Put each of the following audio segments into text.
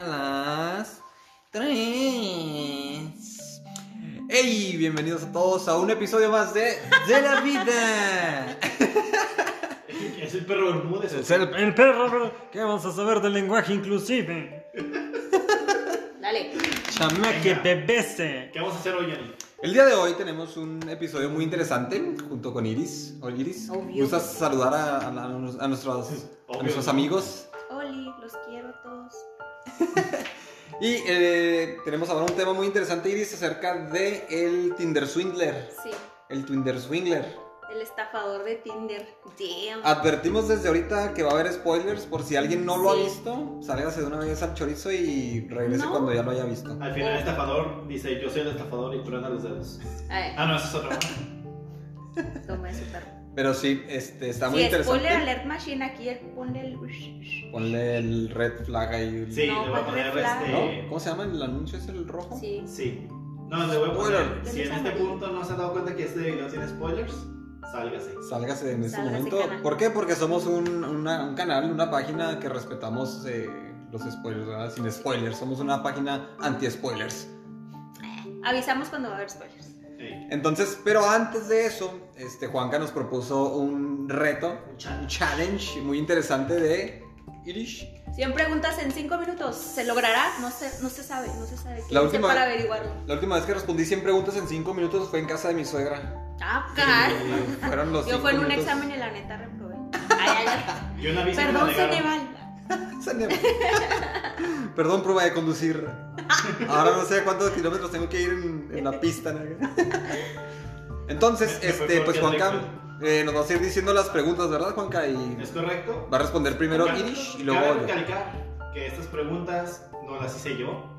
las tres. ¡Hey! Bienvenidos a todos a un episodio más de De la Vida. Es el perro Bermúdez. Es el, el perro. ¿Qué vamos a saber del lenguaje inclusive? Dale. Chamaque Venga. bebese. ¿Qué vamos a hacer hoy, Yanni? El día de hoy tenemos un episodio muy interesante junto con Iris. Hola Iris, Obvio. ¿gustas saludar a, a- a nos- a nuestros, a Obvio, nuestros ¿no? amigos? Oli, los quiero a todos. Y eh, tenemos ahora un tema muy interesante, Iris, acerca de el Tinder Swindler. Sí, El Tinder Swindler. el estafador de Tinder. Damn. Ah. Advertimos desde ahorita que va a haber spoilers por si alguien no lo ha Sí. visto, sálgase de una vez al chorizo y regrese No. cuando ya lo haya visto. Al final, el estafador dice: Yo soy el estafador y truena los dedos. Ay, Ah, no, eso es otro. toma eso, perro. Pero sí, este, está muy Sí, interesante. spoiler alert machine aquí, el- ponle el... Ponle el red flag ahí. Sí, No, le voy a pues, poner red flag. este. ¿No? ¿Cómo se llama el anuncio? ¿Es el rojo? Sí. Sí. No, le voy a Spoiler. poner. Si en este Amarillo. punto no se han dado cuenta que este video tiene spoilers, sálgase. Sálgase en este Sálgase, momento. canal. ¿Por qué? Porque somos un, una- un canal, una página que respetamos eh, los spoilers, ¿verdad? Sin spoilers. Somos una página anti-spoilers. Avisamos cuando va a haber spoilers. Ey, Entonces, pero antes de eso, este, Juanca nos propuso un reto un un challenge. challenge muy interesante de Irish. 100 preguntas en 5 minutos. ¿Se logrará? No se, no se sabe, no se sabe. ¿Quién La sé última- para averiguarlo. La última vez que respondí 100 preguntas en 5 minutos fue en casa de mi suegra. Ah, car. Fueron los Yo cinco fue en un minutos. examen y la neta reprobé. Ay, ay, ay. Yo una visa Perdón, me la negaron. Ceneval. Se me- Perdón, prueba de conducir. Ahora no sé cuántos kilómetros tengo que ir en, en la pista. ¿no? Entonces, Me- me este, fue peor pues que Juanca eh, nos va a ir diciendo las preguntas, ¿verdad, Juanca? Y ¿Es correcto? va a responder primero Cabe- Irish y luego Cabe yo. recalcar que estas preguntas no las hice yo.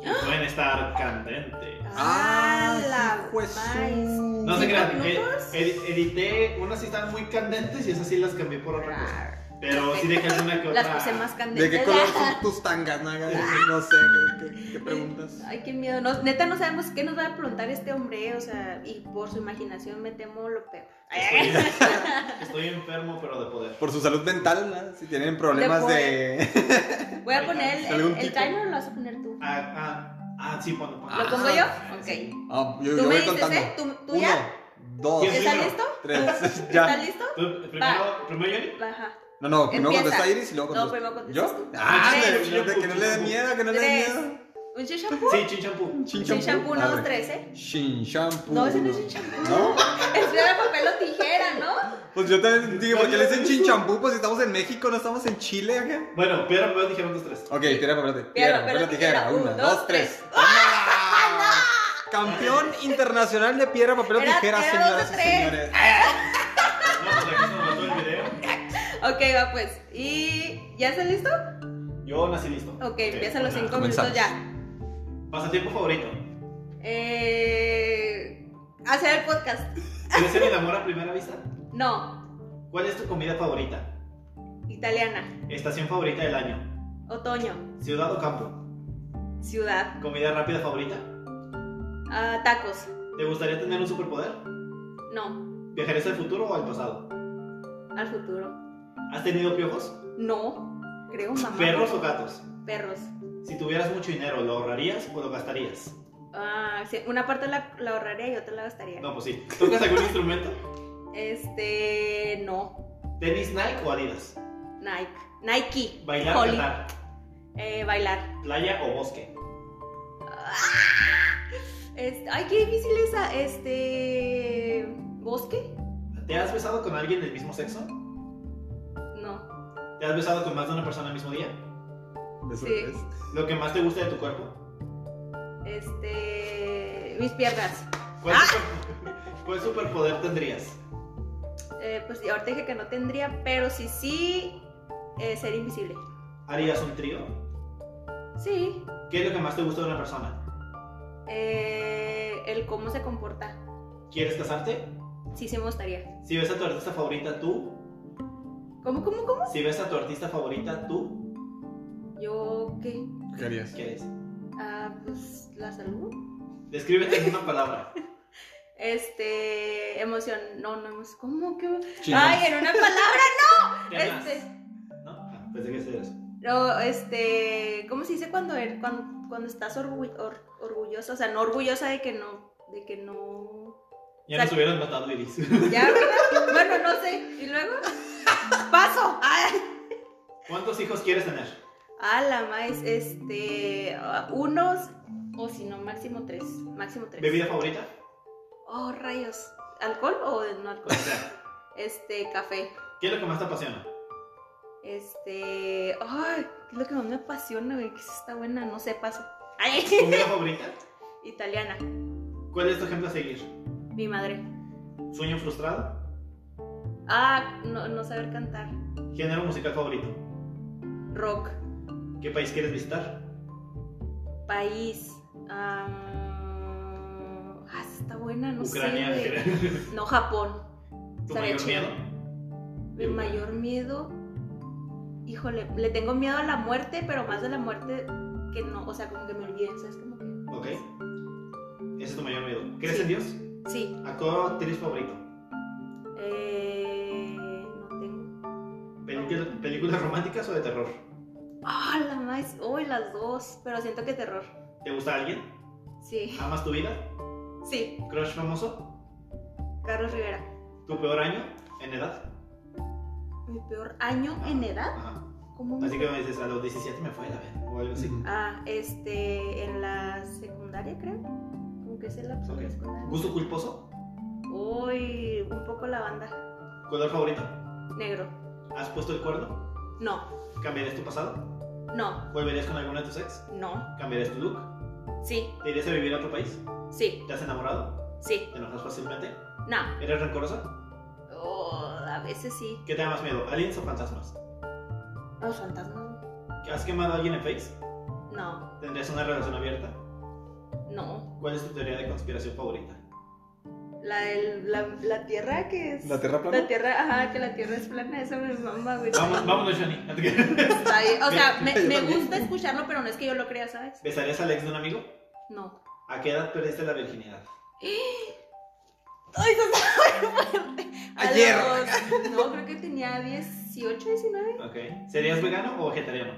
Y Pueden estar candentes. Ah, la hijo de su- maíz. No se ¿Cinco crean, eh, minutos? ed- edité unas sí estaban muy candentes y esas sí las cambié por otra cosa. Rar. Pero sí dejé alguna que otra. Las puse más ¿De candentes. qué color son tus tangas, Naga? No sé, ¿qué, qué- qué preguntas? Ay, qué miedo. No, neta, no sabemos qué nos va a preguntar este hombre. O sea, y por su imaginación me temo lo peor. Ay, ay, ay. Estoy, estoy enfermo, pero de poder. Por su salud mental, ¿no? si tienen problemas de... Voy a poner el, el, ¿Algún el tipo? timer o lo vas a poner tú. Ah, ah, ah, sí, ponlo. ponlo. ¿Lo Ah, pongo yo? sí. Ok. Ah, yo, ¿Tú yo me voy dices, contando. eh? ¿Tú- tú Uno, ya? dos, ¿Quién ¿Estás primero? listo? tres, ¿Estás ya. listo? ¿Tú, primero, primero Johnny? Baja. No, no, primero Empieza. contesta Iris y luego No, contesta. primero contestas ¿Yo? tú. Ah, Ah, ándale, sí, no, que no le dé sí, miedo, que no le dé Tres. miedo. ¿Un chin shampoo? Sí, chin champú. Shin Chin shampoo, uno, dos, Arre. tres, ¿eh? Shin shampoo. No, ese no es chin shampoo. ¿No? Es piedra, papel o tijera, ¿no? Pues yo también digo, ¿por qué le dicen chin shampoo? Pues si estamos en México, no estamos en Chile, acá. Bueno, pero primero dijeron dos, tres. Ok, tira papel, tijera, piedra, papel, tijera. Una, dos, tres. ¡Ah! Campeón internacional de piedra, papel o Era- tijera, era señoras dos y de tres. señores. No, pues aquí se nos mató el video. Ok, va pues. ¿Y ya estás listo? Yo nací listo. Ok, empieza los una. cinco Comenzamos. minutos ya. Pasatiempo favorito. Eh, hacer el podcast. ¿Quieres ser el amor a primera vista? No, ¿Cuál es tu comida favorita? italiana. Estación favorita del año. Otoño. Ciudad o campo. Ciudad. Comida rápida favorita. Ah, tacos. ¿Te gustaría tener un superpoder? No. ¿Viajarías al futuro o al pasado? Al futuro. ¿Has tenido piojos? No. Creo, mamá. ¿Perros o gatos? Perros. Si tuvieras mucho dinero, ¿lo ahorrarías o lo gastarías? Ah, sí, una parte la, la ahorraría y otra la gastaría. No, pues sí. ¿Tocas algún instrumento? Este, no. ¿Tenis Nike o Adidas? Nike. Nike. ¿Bailar o Holly. cantar? Eh, bailar. ¿Playa o bosque? Este, ay, qué difícil esa. Este. ¿Bosque? ¿Te has besado con alguien del mismo sexo? No. ¿Te has besado con más de una persona al mismo día? Eso Sí. es. ¿Lo que más te gusta de tu cuerpo? Este. Mis piernas. ¿Cuál, super- cuál superpoder tendrías? Eh, pues ahorita dije que no tendría, pero si sí, eh, ser invisible. ¿Harías un trío? Sí. ¿Qué es lo que más te gusta de una persona? Eh, el cómo se comporta. ¿Quieres casarte? Sí, sí me gustaría. Si ves a tu artista favorita, tú. ¿Cómo, cómo, cómo? Si ves a tu artista favorita, tú. Yo, ¿qué? ¿Qué harías? ¿Qué eres? Ah, pues la salud. Descríbete en una palabra. Este. Emoción. No, no, hemos- ¿cómo? ¿Qué? Chino. Ay, en una palabra, no. ¿Qué más? Este. ¿No? Ah, pensé que eso era eso. Pero, este, ¿cómo se dice cuando, er- cuando, cuando estás orgu- or- orgullosa? O sea, no orgullosa de que no, de que no... Ya nos hubieran matado, Iris. Ya, ¿verdad? bueno, no sé. Y luego, paso. Ay. ¿Cuántos hijos quieres tener? A la más, este, ah, unos, o si no, máximo tres, máximo tres. ¿Bebida favorita? Oh, rayos. ¿Alcohol o no Pues, O alcohol? sea, Este, café. ¿qué es lo que más te apasiona? Este, ay, ¿qué es lo que más me apasiona, güey? Que está buena, no sé, paso. Ay. ¿Comida favorita? Italiana, ¿Cuál es tu ejemplo a seguir? mi madre. ¿Sueño frustrado? Ah, no, no saber cantar. ¿Género musical favorito? Rock, ¿Qué país quieres visitar? país. am, ah, esa está buena, no Ucrania. sé. güey. No, Japón. ¿Tu Estaría mayor chido. miedo? Mi mayor miedo. Híjole, le tengo miedo a la muerte, pero más a la muerte que no. O sea, como que me olvidé, ¿sabes? Como que. Ok. Ese es tu mayor miedo. ¿Crees Sí. en Dios? Sí. ¿Actor o actriz favorito? Eh, no tengo. ¿Pelicu- ¿Películas románticas o de terror? Ah, la más. Uy, las dos. Pero siento que terror. ¿Te gusta alguien? Sí. ¿Amas tu vida? Sí. ¿Crush famoso? Carlos Rivera. ¿Tu peor año en edad? Mi peor año en edad. Ajá. ¿Cómo? Así que me dices, a los 17 me fue a la vez. O algo así. Ujú. Ah, este, en la secundaria creo. Como que es el lapso de la Ok. secundaria. ¿Gusto culposo? Uy, un poco la banda. ¿Color favorito? Negro. ¿Has puesto el cuerno? No, ¿Cambiarías tu pasado? no, ¿Volverías con alguna de tus ex? no. ¿Cambiarías tu look? Sí, ¿Te irías a vivir a otro país? sí, ¿Te has enamorado? sí, ¿Te enojas fácilmente? no. ¿Eres rencorosa? Oh, a veces sí. ¿Qué te da más miedo? ¿Aliens o fantasmas? Los fantasmas. ¿Has quemado a alguien en Face? No, ¿Tendrías una relación abierta? no. ¿Cuál es tu teoría de conspiración favorita? La, del- la, la tierra que es. ¿La tierra plana? La tierra, ajá, que la tierra es plana, eso me mamba, güey. Vamos, vámonos, Johnny. Está bien, O sea, me, Ah, Yo me también. gusta escucharlo, pero no es que yo lo crea, ¿sabes? ¿Besarías al ex de un amigo? No. ¿A qué edad perdiste la virginidad? Ay, eso está muy fuerte. A Ayer. los- no, creo que tenía 18, 19. Ok. ¿Serías vegano o vegetariano?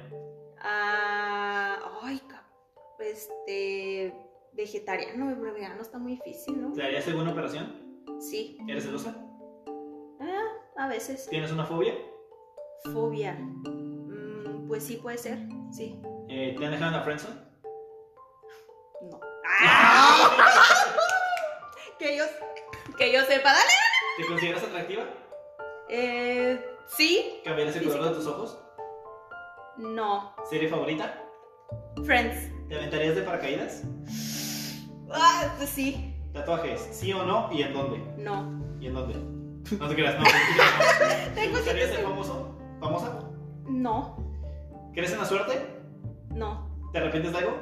Ah, ay, cap- este. Vegetariano, güey, pero vegano está muy difícil, ¿no? ¿Te harías alguna operación? Sí. ¿Eres celosa? Ah, a veces. ¿Tienes una fobia? Fobia. Mm, pues sí, puede ser. Sí. Eh, ¿Te han dejado en la friendzone? No. que, yo, que yo sepa, dale. ¿Te consideras atractiva? Eh, sí. ¿Cambiarías el color de tus ojos? No. ¿Serie favorita? Friends. ¿Te aventarías de paracaídas? Ah, pues sí. ¿Tatuajes? ¿Sí o no? ¿Y en dónde? No. ¿Y en dónde? No te creas, no. te creas, no. ¿Te Tengo gustaría siete ser famoso? ¿Famosa? No. ¿Crees en la suerte? No. ¿Te arrepientes de algo?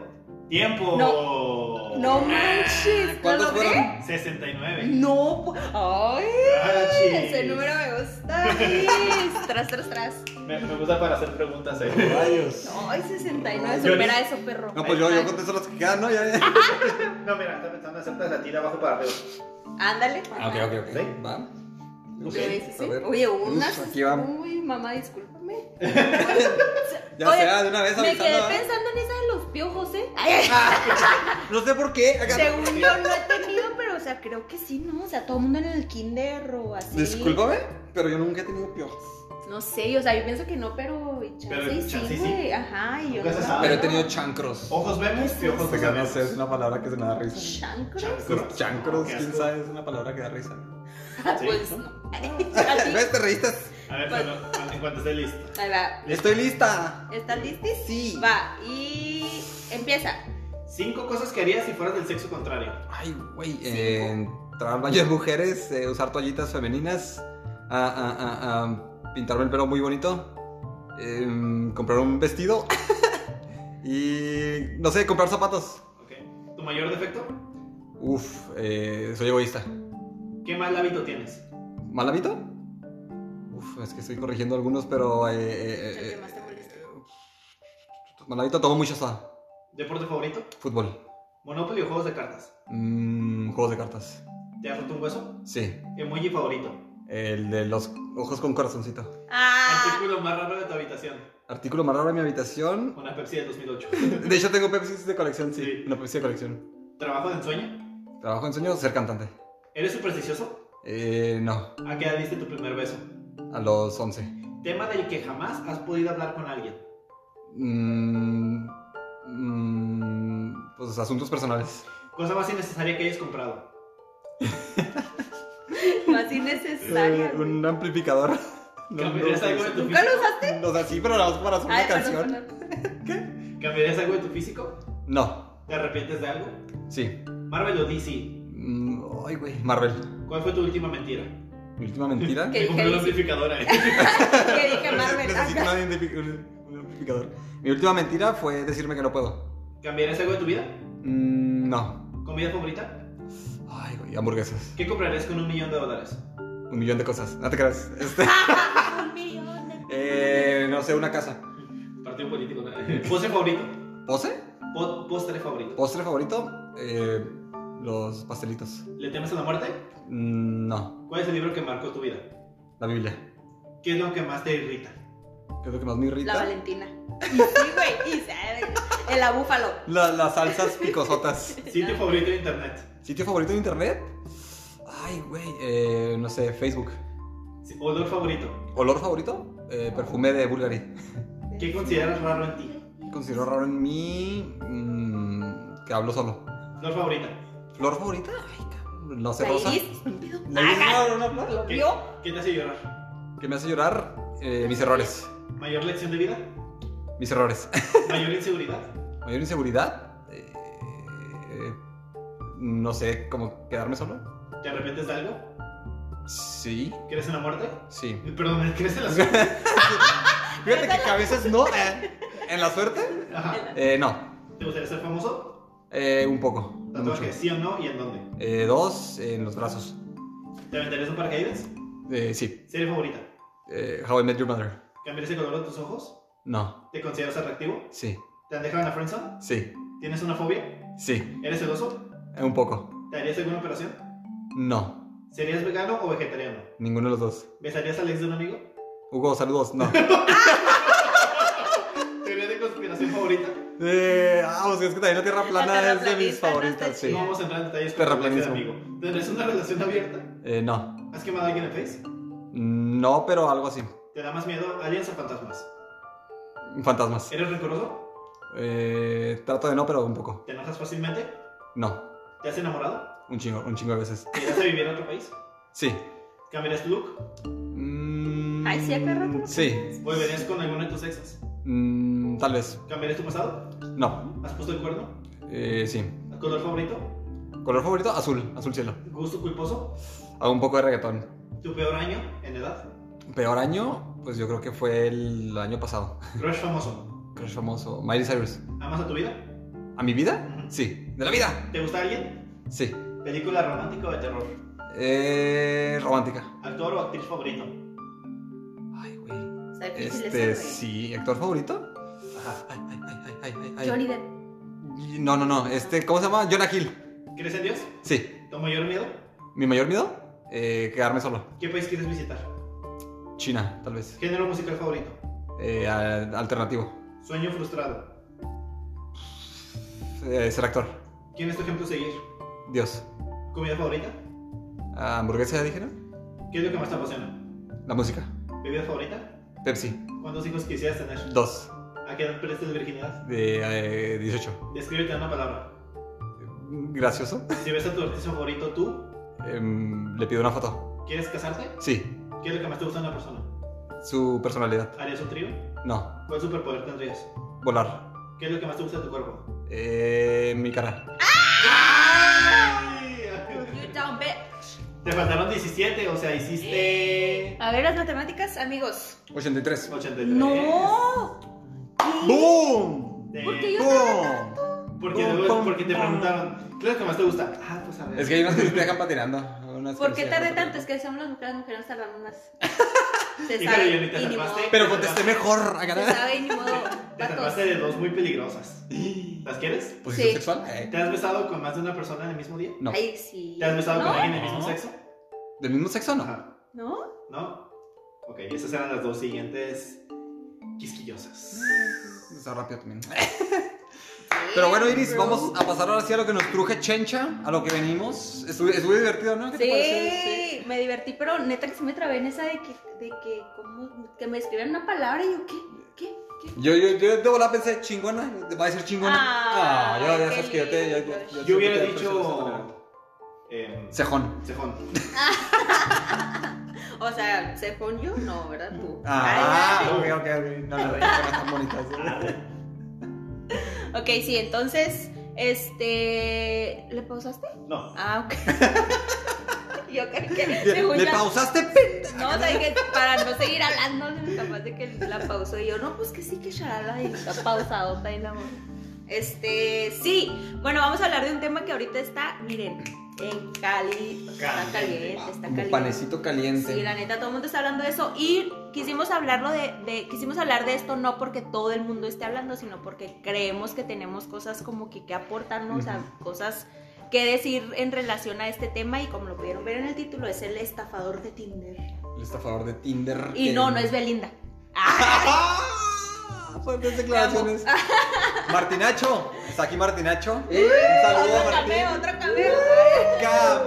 ¡Tiempo! No manches. ¿lo ¿Cuántos logré? fueron? 69. No. pu- Ay. Ah, chis. Ese número me gusta. Luis. tras, tras, tras. Me, me gusta para hacer preguntas, eh. Rayos. Ay, 69. Yo- Supera eso, perro. No, pues yo, yo contesto las que quedan, ¿no? Ya, ya. No, mira, está pensando hacerte la tira abajo para arriba. Ándale. Ah, ok, ok, ok. ¿Sí? Va. Ok. Yo hice, sí. A ver. Oye, unas. Uf, aquí va. Uy, mamá, discúlpame. Ya Oye, sea, de una vez Me avisando. quedé ¿ah? pensando en esa de los piojos, ¿eh? Ay, No sé por qué. acá- según yo no he tenido, pero o sea, creo que sí, ¿no? O sea, todo el mundo en el kinder o así. Discúlpame, pero yo nunca he tenido piojos. No sé, o sea, yo pienso que no, pero chance Pero y chance sí, y sí. güey. Ajá, y yo Nunca no. pues, se sabe. me Pero he acuerdo. tenido chancros. Ojos vemos Se y ojos no Oh, no sabemos. sé, es una palabra que se me da risa. ¿Chancro? Los chancros, Qué quién asco. sabe, es una palabra que da risa. Sí. Pues no. Así. ¿Ves? Te reíste. A ver, solo, en cuanto esté listo. Ahí va. Estoy lista. ¿Estás listis? Sí. Va, y empieza. Cinco cosas que harías si fueras del sexo contrario. Ay, güey. eh, entrar al baño de mujeres, eh, usar toallitas femeninas, ah, ah, ah, ah, pintarme el pelo muy bonito, em, comprar un vestido y, no sé, comprar zapatos. Ok. ¿Tu mayor defecto? Uf, eh, soy egoísta. ¿Qué mal hábito tienes? ¿Mal hábito? Uf, es que estoy corrigiendo algunos, pero... eh, eh, El que eh, más te moleste. eh, mal hábito, tomo mucha soda. ¿Deporte favorito? Fútbol. ¿Monopoly o juegos de cartas? Mm, juegos de cartas. ¿Te has roto un hueso? Sí. ¿Emoji favorito? El de los ojos con corazoncito. Ah, Artículo más raro de tu habitación. Artículo más raro de mi habitación. Una Pepsi del 2008. De hecho, tengo Pepsi de colección, sí. Sí. Una Pepsi de colección. ¿Trabajo de ensueño? Trabajo en sueño, ser cantante. ¿Eres supersticioso? Eh, no, ¿A qué edad diste tu primer beso? a los 11. Tema del que jamás has podido hablar con alguien. Mm, mm, pues asuntos personales. Cosa más innecesaria que hayas comprado. más Eh, innecesaria. güey. un amplificador. ¿Cambiarías algo de tu ¿Nunca lo físico? usaste? O sea, sí, pero nada más para hacer una Ay, Ah, perdón, canción. perdón. ¿Cambiarías algo de tu físico? No, ¿Te arrepientes de algo? sí. Marvel o DC. Mm, ay, güey. Marvel. ¿Cuál fue tu última mentira? Mi última mentira. ¿Qué? Me compré dije? una amplificadora. eh. Que dije Marvel. Necesito acá. un identifi- un- un amplificador. Mi última mentira fue decirme que no puedo. ¿Cambiarías algo de tu vida? Mm, no. ¿Comida favorita? Ay, güey, hamburguesas. ¿Qué comprarías con un millón de dólares? Un millón de cosas. No te creas. Este, Un millón de- eh, no sé, una casa. Partido político. ¿no? ¿Postre favorito? ¿Pose? Po- ¿Postre favorito? ¿Postre favorito? Eh, los pastelitos. ¿Le temes a la muerte? Mm, no. ¿Cuál es el libro que marcó tu vida? La Biblia. ¿Qué es lo que más te irrita? ¿Qué es lo que más me irrita? La Valentina. Y sí, güey. Y sabe, El abúfalo. La- las salsas picosotas. ¿Sitio favorito de internet? ¿Sitio favorito de internet? Ay, güey, eh, no sé, Facebook. Sí, ¿Olor favorito? ¿Olor favorito? Eh, perfume de Bulgari. ¿Qué consideras raro en ti? Considero raro en mí mm, que hablo solo. ¿Flor favorita? ¿Flor favorita? Ay, cabrón, no sé, La rosa. iris, estúpido. ¿La iris Ajá. era una flor? ¿Lo ¿Qué, vio? qué te hace llorar? ¿Qué me hace llorar? Eh, mis errores. ¿Mayor lección de vida? Mis errores. ¿Mayor inseguridad? ¿Mayor inseguridad? Eh, no sé, ¿cómo quedarme solo? ¿Te arrepientes de algo? Sí, ¿Crees en la muerte? sí. Eh, Perdón, ¿crees en la suerte? Fíjate que, a veces no. eh, ¿En la suerte? Ajá. Eh, no. ¿Te gustaría ser famoso? Eh, un poco. no mucho. ¿Tatuaje sí o no y en dónde? Eh, dos en los brazos. ¿Te aventarías un paracaídas? Eh, sí. ¿Serie favorita? Eh, How I Met Your Mother. ¿Cambiarías el color de tus ojos? No. ¿Te consideras atractivo? Sí. ¿Te han dejado en la friendzone? Sí. ¿Tienes una fobia? Sí. ¿Eres celoso? Eh, Un poco. ¿Te harías alguna operación? No. ¿Serías vegano o vegetariano? Ninguno de los dos. ¿Besarías al ex de un amigo? Hugo, saludos. No. ¿Teoría de conspiración favorita? Eh, ah, pues es que también la Tierra Plana es de terraplanista, mis no favoritas, está sí. No vamos a entrar en detalles Terraplanismo. ese amigo. ¿Tendrás una relación abierta? Eh, no. ¿Has quemado a alguien en Face? No, pero algo así. ¿Te da más miedo aliens o fantasmas? Fantasmas. ¿Eres rencoroso? Eh, trato de no, pero un poco. ¿Te enojas fácilmente? No. ¿Te has enamorado? Un chingo, un chingo de veces. ¿Te irás a vivir a otro país? Sí. ¿Cambiarías tu look? Mm, Ay, sí, acá rato. Sí. ¿Volverías con alguno de tus exes? Mm, tal vez. ¿Cambiarías tu pasado? No. ¿Has puesto el cuerno? Eh, sí. ¿Color favorito? ¿Color favorito? Azul. Azul cielo. ¿Gusto culposo? Hago un poco de reggaetón. ¿Tu peor año en edad? Peor año, pues yo creo que fue el año pasado. ¿Crush famoso? Crush famoso. Miley Cyrus. ¿Amas a tu vida? ¿A mi vida? Ujú. Sí. ¿De la vida? ¿Te gusta alguien? Sí. ¿Película romántica o de terror? Eh, romántica. ¿Actor o actriz favorito? Ay, güey. Está difícil Este, ese, sí. ¿Actor favorito? Ajá. Ay, ay, ay, ay, ay, güey. ay, Johnny ay. Depp. No, no, no. Este, ¿cómo se llama? Jonah Hill. ¿Crees en Dios? Sí. ¿Tu mayor miedo? ¿Mi mayor miedo? Eh, quedarme solo. ¿Qué país quieres visitar? China, tal vez. ¿Género musical favorito? Eh, al- alternativo. Sueño frustrado. Eh, ser actor. ¿Quién es tu ejemplo a seguir? Dios. ¿Comida favorita? Ah, ¿Hamburguesa, dijeron? ¿Qué es lo que más te apasiona? La música. ¿Bebida favorita? Pepsi. ¿Cuántos hijos quisieras tener? Dos. ¿A qué edad prestes virginidad? De eh, 18. Descríbete en una palabra. Gracioso. Si ves a tu artista favorito, ¿tú Em, le pido una foto. quieres casarte? Sí. ¿Qué es lo que más te gusta de una persona? Su personalidad. ¿Harías un trío? No. ¿Cuál superpoder tendrías? Volar. ¿Qué es lo que más te gusta de tu cuerpo? Eh, mi cara. You don't bet. Te faltaron 17, o sea, hiciste... A ver las matemáticas, amigos. 83. 83. No. ¡Boom! Te- ¿Por qué yo- ¡Boom! Porque, Pum, luego- pum, porque te pum. preguntaron, ¿qué es lo que más te gusta? Ah, pues a ver. Es que hay unas que se te dejan patinando. unas que ¿Por no qué se tardé dejan tanto? Es patinando. que somos las mujeres, las mujeres tardan más. Se Híjole, sabe. Leonita, Y ni modo. salvaste. Pero contesté mejor. a Se ganar. sabe y ni modo. Te salvaste Datos. de dos muy peligrosas. ¿Las quieres? ¿Posición Sí. sexual? Eh, ¿Te has besado con más de una persona en el mismo día? No. Ay, sí. ¿Te has besado con ¿No? alguien del mismo No. sexo? ¿Del mismo sexo no? Ajá. ¿No? ¿No? Ok, esas eran las dos siguientes quisquillosas. Mm. Está rápido también. Pero bueno, Iris, vamos a pasar ahora sí a lo que nos truje Chencha, a lo que venimos. Estuvo, estuvo divertido, ¿no? ¿Qué te pareció? Sí, me divertí, pero neta que sí me trabé en esa de que, de que, ¿cómo? Que me escribieron una palabra y yo, ¿qué? ¿Qué? ¿Qué? Yo, yo, yo de volada pensé, chingona, va a decir chingona. Ah, Ah, yo, ya qué sabes que yo te. Yo, lindo. yo- yo Yo hubiera siempre te aprecio de esa manera. dicho. em, Cejón. Cejón. O sea, se pon yo, no, ¿verdad? Tú. Ah, Ay, ok, ok, ok. No, no, no, están bonitas. ¿eh? Ah, ay. Ok, sí, entonces, este. ¿Le pausaste? No. Ah, ok. yo creo que. según ¿Le ya- pausaste, pendejo? No, o sea, que para no seguir hablando, capaz de que la pausó. Y yo, no, pues que sí, que charala y está pausadota y la voz. Este, sí. Bueno, vamos a hablar de un tema que ahorita está, miren, en Cali. Está Caliente. caliente, está Como caliente. panecito caliente. Sí, la neta, todo el mundo está hablando de eso y quisimos hablarlo de, de- quisimos hablar de esto no porque todo el mundo esté hablando, sino porque creemos que tenemos cosas como que que aportarnos, a cosas que decir en relación a este tema y como lo pudieron ver en el título es el estafador de Tinder. El estafador de Tinder. Y que- no, no es Belinda. ¡Ah! ¡Ah! Fuertes declaraciones. Martinacho. Está aquí Martinacho. Un saludo a Eh, Otro Martín. cameo, otro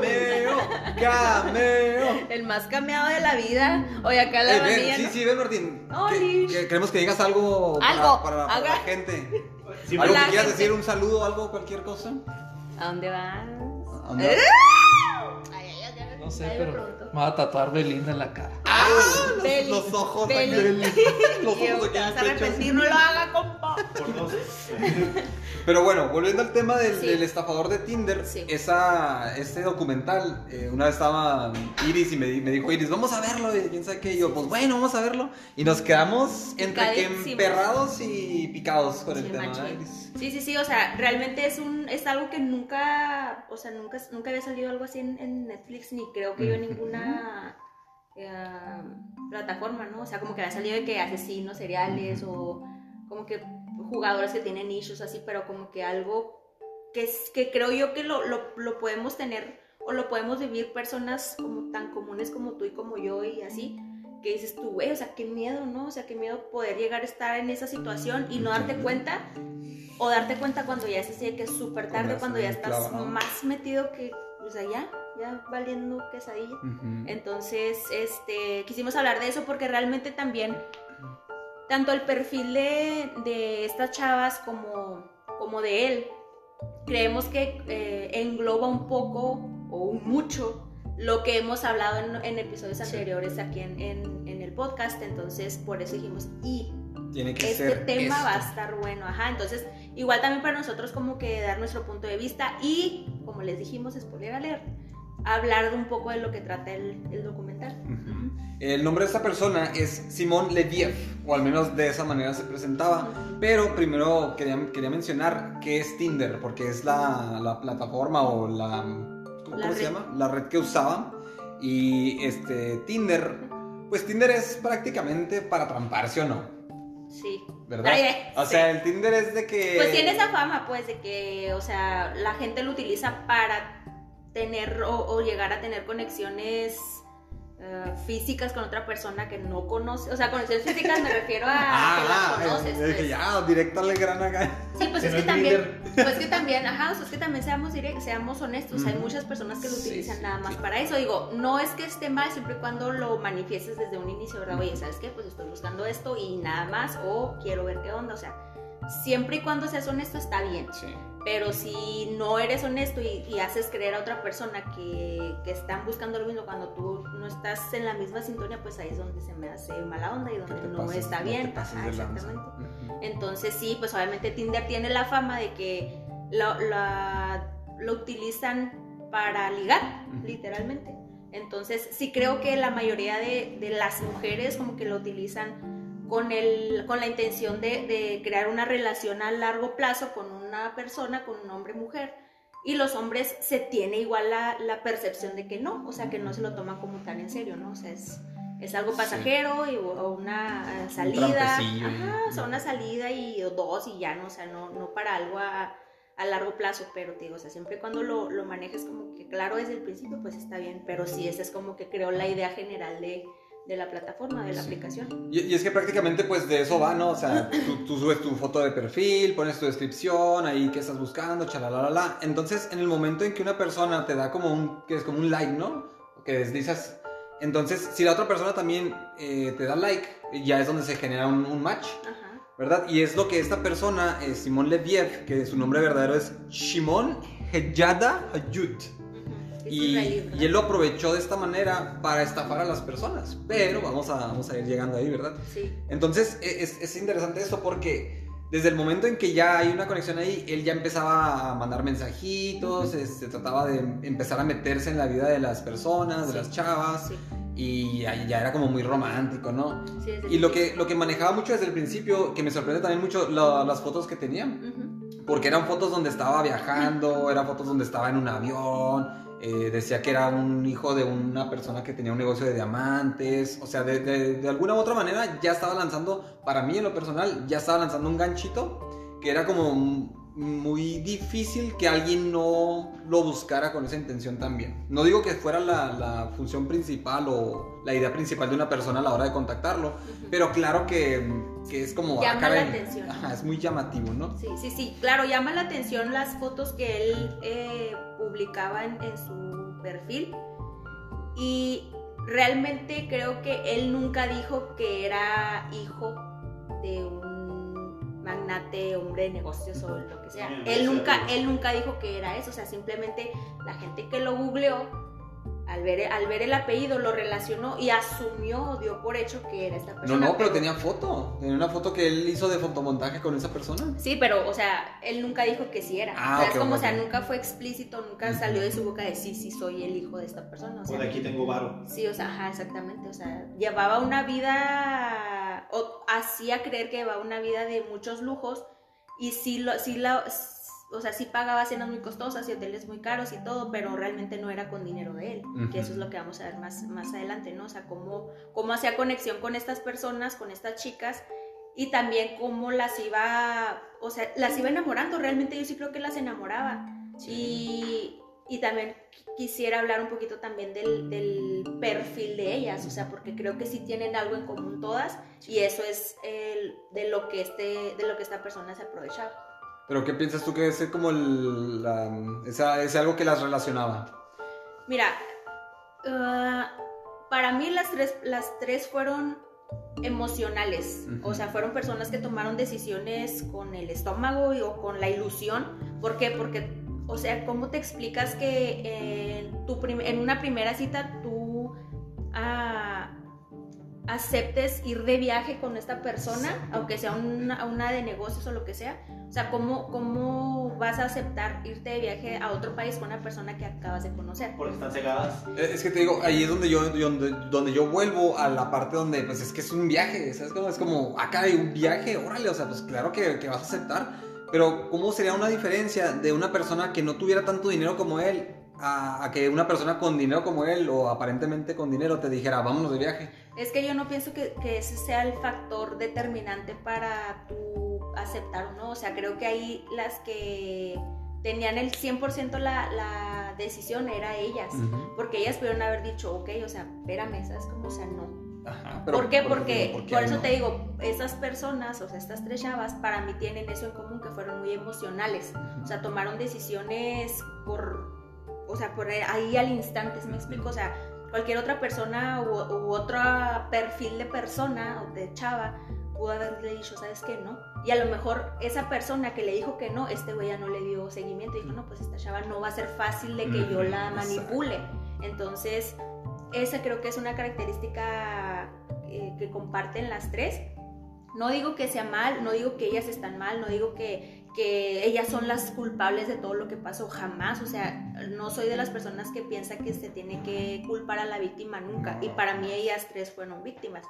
cameo. Cameo. Cameo. El más cameado de la vida. Oye, acá la Eh, ven, vanilla, sí, ¿no? sí, ven Martín. Hola. Que- que- queremos que digas algo, para- Algo. para, para la Haga- gente. Siempre- ¿Algo La que quieras gente. Eh, decir? ¿Un saludo? ¿Algo? ¿Cualquier cosa? Ah, ¿A dónde vas? ¿A dónde- Ay, ay, ay, ay, No sé, ay, me pero preguntó. me va a tatuar Belinda en la cara. ¡Ah! Los, Beli, los ojos. aquí. Beli. Los Diego, ojos aquí en te vas a los pechos. arrepentir, no lo haga, compa. Por dos. Pero bueno, volviendo al tema del, Sí. del estafador de Tinder, Sí. esa, este documental, eh, una vez estaba Iris y me, di- me dijo, Iris, vamos a verlo, y quién sabe qué, y yo, pues bueno, vamos a verlo, y nos quedamos entre que Picadísimos. emperrados y picados con el Sí, tema, machín. Iris. Sí, sí, sí, o sea, realmente es un es algo que nunca, o sea, nunca, nunca había salido algo así en, en Netflix, ni creo que yo en ninguna eh, plataforma, ¿no? O sea, como que había salido de que asesinos seriales o como que jugadores que tienen issues así, pero como que algo que, es, que creo yo que lo, lo, lo podemos tener o lo podemos vivir personas como tan comunes como tú y como yo y así, que dices tú, güey, o sea, qué miedo, ¿no? O sea, qué miedo poder llegar a estar en esa situación y no darte cuenta o darte cuenta cuando ya es así de que es súper tarde, Cuando cuando ya ya estás estás clavado. más metido que, o sea, ya, ya valiendo quesadilla. Ujú. Entonces, este, quisimos hablar de eso porque realmente también, tanto el perfil de, de estas chavas como, como de él, creemos que eh, engloba un poco o un mucho lo que hemos hablado en, en episodios anteriores aquí en, en- en el podcast. Entonces, por eso dijimos, y Tiene que este ser tema esto. va a estar bueno, ajá. Entonces, igual también para nosotros como que dar nuestro punto de vista y, como les dijimos, spoiler alert, hablar de un poco de lo que trata el, el documental. Ujú. El nombre de esta persona es Simón Leviev, o al menos de esa manera se presentaba. Pero primero quería, quería mencionar qué es Tinder, porque es la, la plataforma o la... ¿Cómo, La cómo se red. llama? La red que usaba. Y este, Tinder, pues Tinder es prácticamente para tramparse o no, Sí. ¿verdad? Ay, ay, o sí. sea, el Tinder es de que... Pues tiene esa fama, pues, de que, o sea, la gente lo utiliza para tener o, o llegar a tener conexiones eh, físicas con otra persona que no conoce. O sea, conexiones físicas me refiero a que Ah, la ah, conoces. es que pues. ya, directo al gran acá. Sí, pues Que no es que es también, Tinder. pues es que también, ajá, o sea, es que también seamos direct- seamos honestos, hay muchas personas que lo Sí, utilizan sí, nada más para eso. Digo, no es que esté mal siempre y cuando lo manifiestes desde un inicio, ¿verdad? Oye, ¿sabes qué? Pues estoy buscando esto y nada más, o quiero ver qué onda, o sea, siempre y cuando seas honesto está bien. Sí. Pero si no eres honesto y, y haces creer a otra persona que, que están buscando lo mismo cuando tú no estás en la misma sintonía, pues ahí es donde se me hace mala onda y que donde te no pases, está no bien. te pases Ajá, de lanza. exactamente. Ujú. Entonces sí, pues obviamente Tinder tiene la fama de que lo, la- lo utilizan para ligar, Ujú. literalmente. Entonces sí creo que la mayoría de, de las mujeres como que lo utilizan con, el, con la intención de, de crear una relación a largo plazo con una persona, con un hombre-mujer. Y los hombres se tiene igual la, la percepción de que no, o sea, que no se lo toman como tan en serio, ¿no? O sea, es, es algo Sí. pasajero y, o una eh, salida. trampecillo y- Ajá, o sea, una salida y o dos y ya, no, o sea, no, no para algo a, a a largo plazo, pero te digo, o sea, siempre y cuando lo, lo manejes como que claro desde el principio, pues está bien, pero sí, esa es como que creo la idea general de, de la plataforma, de la Sí. aplicación. Y, y es que prácticamente pues de eso va, ¿no? O sea, tú, tú subes tu foto de perfil, pones tu descripción, ahí qué estás buscando, chalalalala. Entonces, en el momento en que una persona te da como un, que es como un like, ¿no? Que deslizas. Entonces, si la otra persona también eh, te da like, ya es donde se genera un, un match, Ajá. ¿verdad? Y es lo que esta persona, eh, Simón Leviev, que su nombre verdadero es Shimon Hejada Hayut. ujú. Es Y, israelí, ¿verdad? y él lo aprovechó de esta manera para estafar a las personas. Pero vamos a, vamos a ir llegando ahí, ¿verdad? Sí. Entonces e- es, es interesante esto porque desde el momento en que ya hay una conexión ahí, él ya empezaba a mandar mensajitos, eh, se trataba de empezar a meterse en la vida de las personas, de Sí. las chavas, Sí, y ahí ya era como muy romántico, ¿no? sí, desde Y lo el que, lo que manejaba mucho desde el principio, que me sorprende también mucho, la- las fotos que tenían principio. Ujú. porque eran fotos donde estaba viajando, eran fotos donde estaba en un avión, eh, decía que era un hijo de una persona que tenía un negocio de diamantes, o sea, de, de- de alguna u otra manera ya estaba lanzando, para mí en lo personal, ya estaba lanzando un ganchito que era como m- muy difícil que alguien no lo buscara con esa intención también. No digo que fuera la, la función principal o la idea principal de una persona a la hora de contactarlo, pero claro que, que es como... Llama ah, caray. la atención. Ajá, es muy llamativo, ¿no? Sí, sí, sí, claro, llama la atención las fotos que él eh, publicaba en, en su perfil y realmente creo que él nunca dijo que era hijo de un magnate, hombre de negocios o lo que sea. Sí, Él sí, nunca, sí. él nunca dijo que era eso, o sea, simplemente la gente que lo googleó al ver, al ver el apellido lo relacionó y asumió o dio por hecho que era esta No, persona. no, pero tenía foto. Tenía una foto que él hizo de fotomontaje con esa persona. Sí, pero, o sea, él nunca dijo que sí era. Ah, o sea, ok, es como, ok, o sea, ok. nunca fue explícito, nunca salió de su boca de sí, sí, soy el hijo de esta persona. O sea, Por aquí tengo varo. Sí, o sea, ajá, exactamente. O sea, llevaba una vida, o hacía creer que llevaba una vida de muchos lujos y sí, lo, sí la, o sea, sí pagaba cenas muy costosas y hoteles muy caros y todo, pero realmente no era con dinero de él. Ujú. Que eso es lo que vamos a ver más, más adelante, ¿no? O sea, cómo, cómo hacía conexión con estas personas, con estas chicas y también cómo las iba, o sea, las iba enamorando. Realmente yo sí creo que las enamoraba. Y, y también qu- quisiera hablar un poquito también del, del perfil de ellas, o sea, porque creo que sí tienen algo en común todas y eso es el, de, lo que este, de lo que esta persona se aprovechaba. Pero ¿qué piensas tú que es como el, la- esa- es algo que las relacionaba? Mira, ah, para mí las tres, las tres fueron emocionales, Ujú. o sea, fueron personas que tomaron decisiones con el estómago y, o con la ilusión, ¿por qué? Porque, o sea, ¿cómo te explicas que en, tu prim- en una primera cita tú ah, aceptes ir de viaje con esta persona, aunque sea una, una de negocios o lo que sea? O sea, ¿cómo, ¿cómo vas a aceptar irte de viaje a otro país con una persona que acabas de conocer? Porque están cegadas. Eh, Es que te digo, ahí es donde yo, donde, donde yo vuelvo a la parte donde, pues es que es un viaje, ¿sabes? Como, es como, acá hay un viaje, órale, o sea, pues claro que, que vas a aceptar. Pero ¿cómo sería una diferencia de una persona que no tuviera tanto dinero como él a, a que una persona con dinero como él o aparentemente con dinero te dijera, vámonos de viaje? Es que yo no pienso que, que ese sea el factor determinante para tu aceptar o no. O sea, creo que ahí las que tenían el 100% la, la decisión era ellas. Ujú. Porque ellas pudieron haber dicho, ok, o sea, espérame, ¿sabes cómo? O sea, no. Ajá, ¿Por qué? eso te Porque, digo, por eso no? te digo, esas personas, o sea, estas tres chavas, para mí tienen eso en común, que fueron muy emocionales. O sea, tomaron decisiones por, o sea, por ahí al instante, ¿sí me explico? O sea, cualquier otra persona u, u otro perfil de persona o de chava pudo haberle dicho, ¿sabes qué? No. Y a lo mejor esa persona que le dijo que no, este güey ya no le dio seguimiento. Dijo, no, pues esta chava no va a ser fácil de que yo la Ujú, manipule. Entonces, esa creo que es una característica eh, que comparten las tres. No digo que sea mal, no digo que ellas están mal, no digo que, que ellas son las culpables de todo lo que pasó, jamás. O sea, no soy de las personas que piensa que se tiene que culpar a la víctima nunca. No, Y para mí ellas tres fueron víctimas.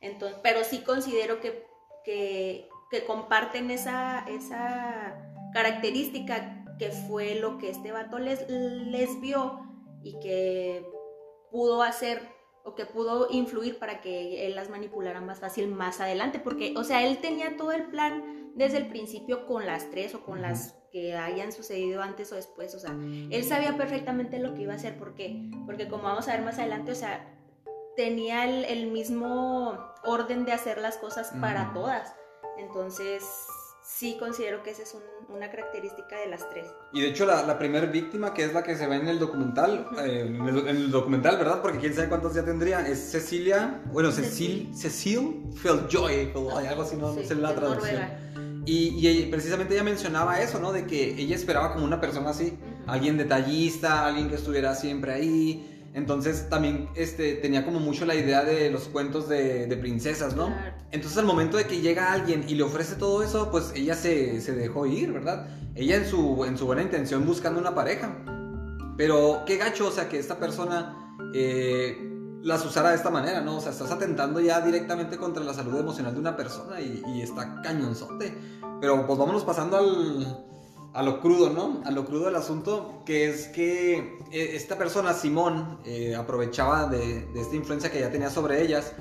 Entonces, pero sí considero que, que, que comparten esa, esa característica que fue lo que este vato les, les vio y que pudo hacer o que pudo influir para que él las manipulara más fácil más adelante, porque, o sea, él tenía todo el plan desde el principio con las tres o con las que hayan sucedido antes o después, o sea, él sabía perfectamente lo que iba a hacer, ¿por qué? Porque como vamos a ver más adelante, o sea, tenía el, el mismo orden de hacer las cosas para Ujú. todas, entonces sí considero que esa es un- una característica de las tres. Y de hecho, la, la primera víctima, que es la que se ve en el documental, Ujú. eh, en, el, en el documental, ¿verdad? Porque quién sabe cuántos ya tendría, es Cecilia, bueno, Cecil, Cecil Feldjoy, Feldjoy, algo así, no, no Sí, sé la de traducción. Noruega. Y, y ella- precisamente ella mencionaba eso, ¿no? De que ella esperaba como una persona así, Ujú. alguien detallista, alguien que estuviera siempre ahí. Entonces también este, tenía como mucho la idea de los cuentos de, de princesas, ¿no? Claro. Entonces al momento de que llega alguien y le ofrece todo eso, pues ella se, se dejó ir, ¿verdad? Ella en su, en su buena intención buscando una pareja. Pero qué gacho, o sea, que esta persona eh, las usara de esta manera, ¿no? O sea, estás atentando ya directamente contra la salud emocional de una persona y, y está cañonzote. Pero pues vámonos pasando al, a lo crudo, ¿no? A lo crudo del asunto, que es que eh, esta persona, Simón, eh, aprovechaba de, de esta influencia que ya tenía sobre ellas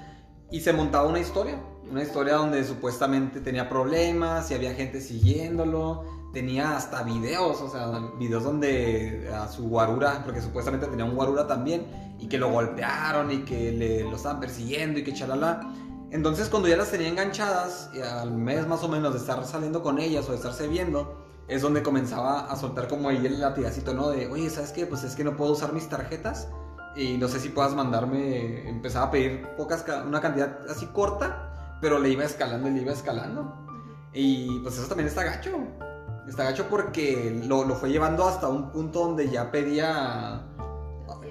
y se montaba una historia. Una historia donde supuestamente tenía problemas y había gente siguiéndolo. Tenía hasta videos, o sea, videos donde a su guarura, porque supuestamente tenía un guarura también, y que lo golpearon y que le, lo estaban persiguiendo y que chalala. Entonces cuando ya las tenía enganchadas, y al mes más o menos de estar saliendo con ellas o de estarse viendo, es donde comenzaba a soltar como ahí el latigacito, ¿no? De, oye, ¿sabes qué? Pues es que no puedo usar mis tarjetas y no sé si puedas mandarme, empezaba a pedir pocas, ca- una cantidad así corta, pero le iba escalando y le iba escalando. Y pues eso también está gacho. Está gacho porque lo, lo fue llevando hasta un punto donde ya pedía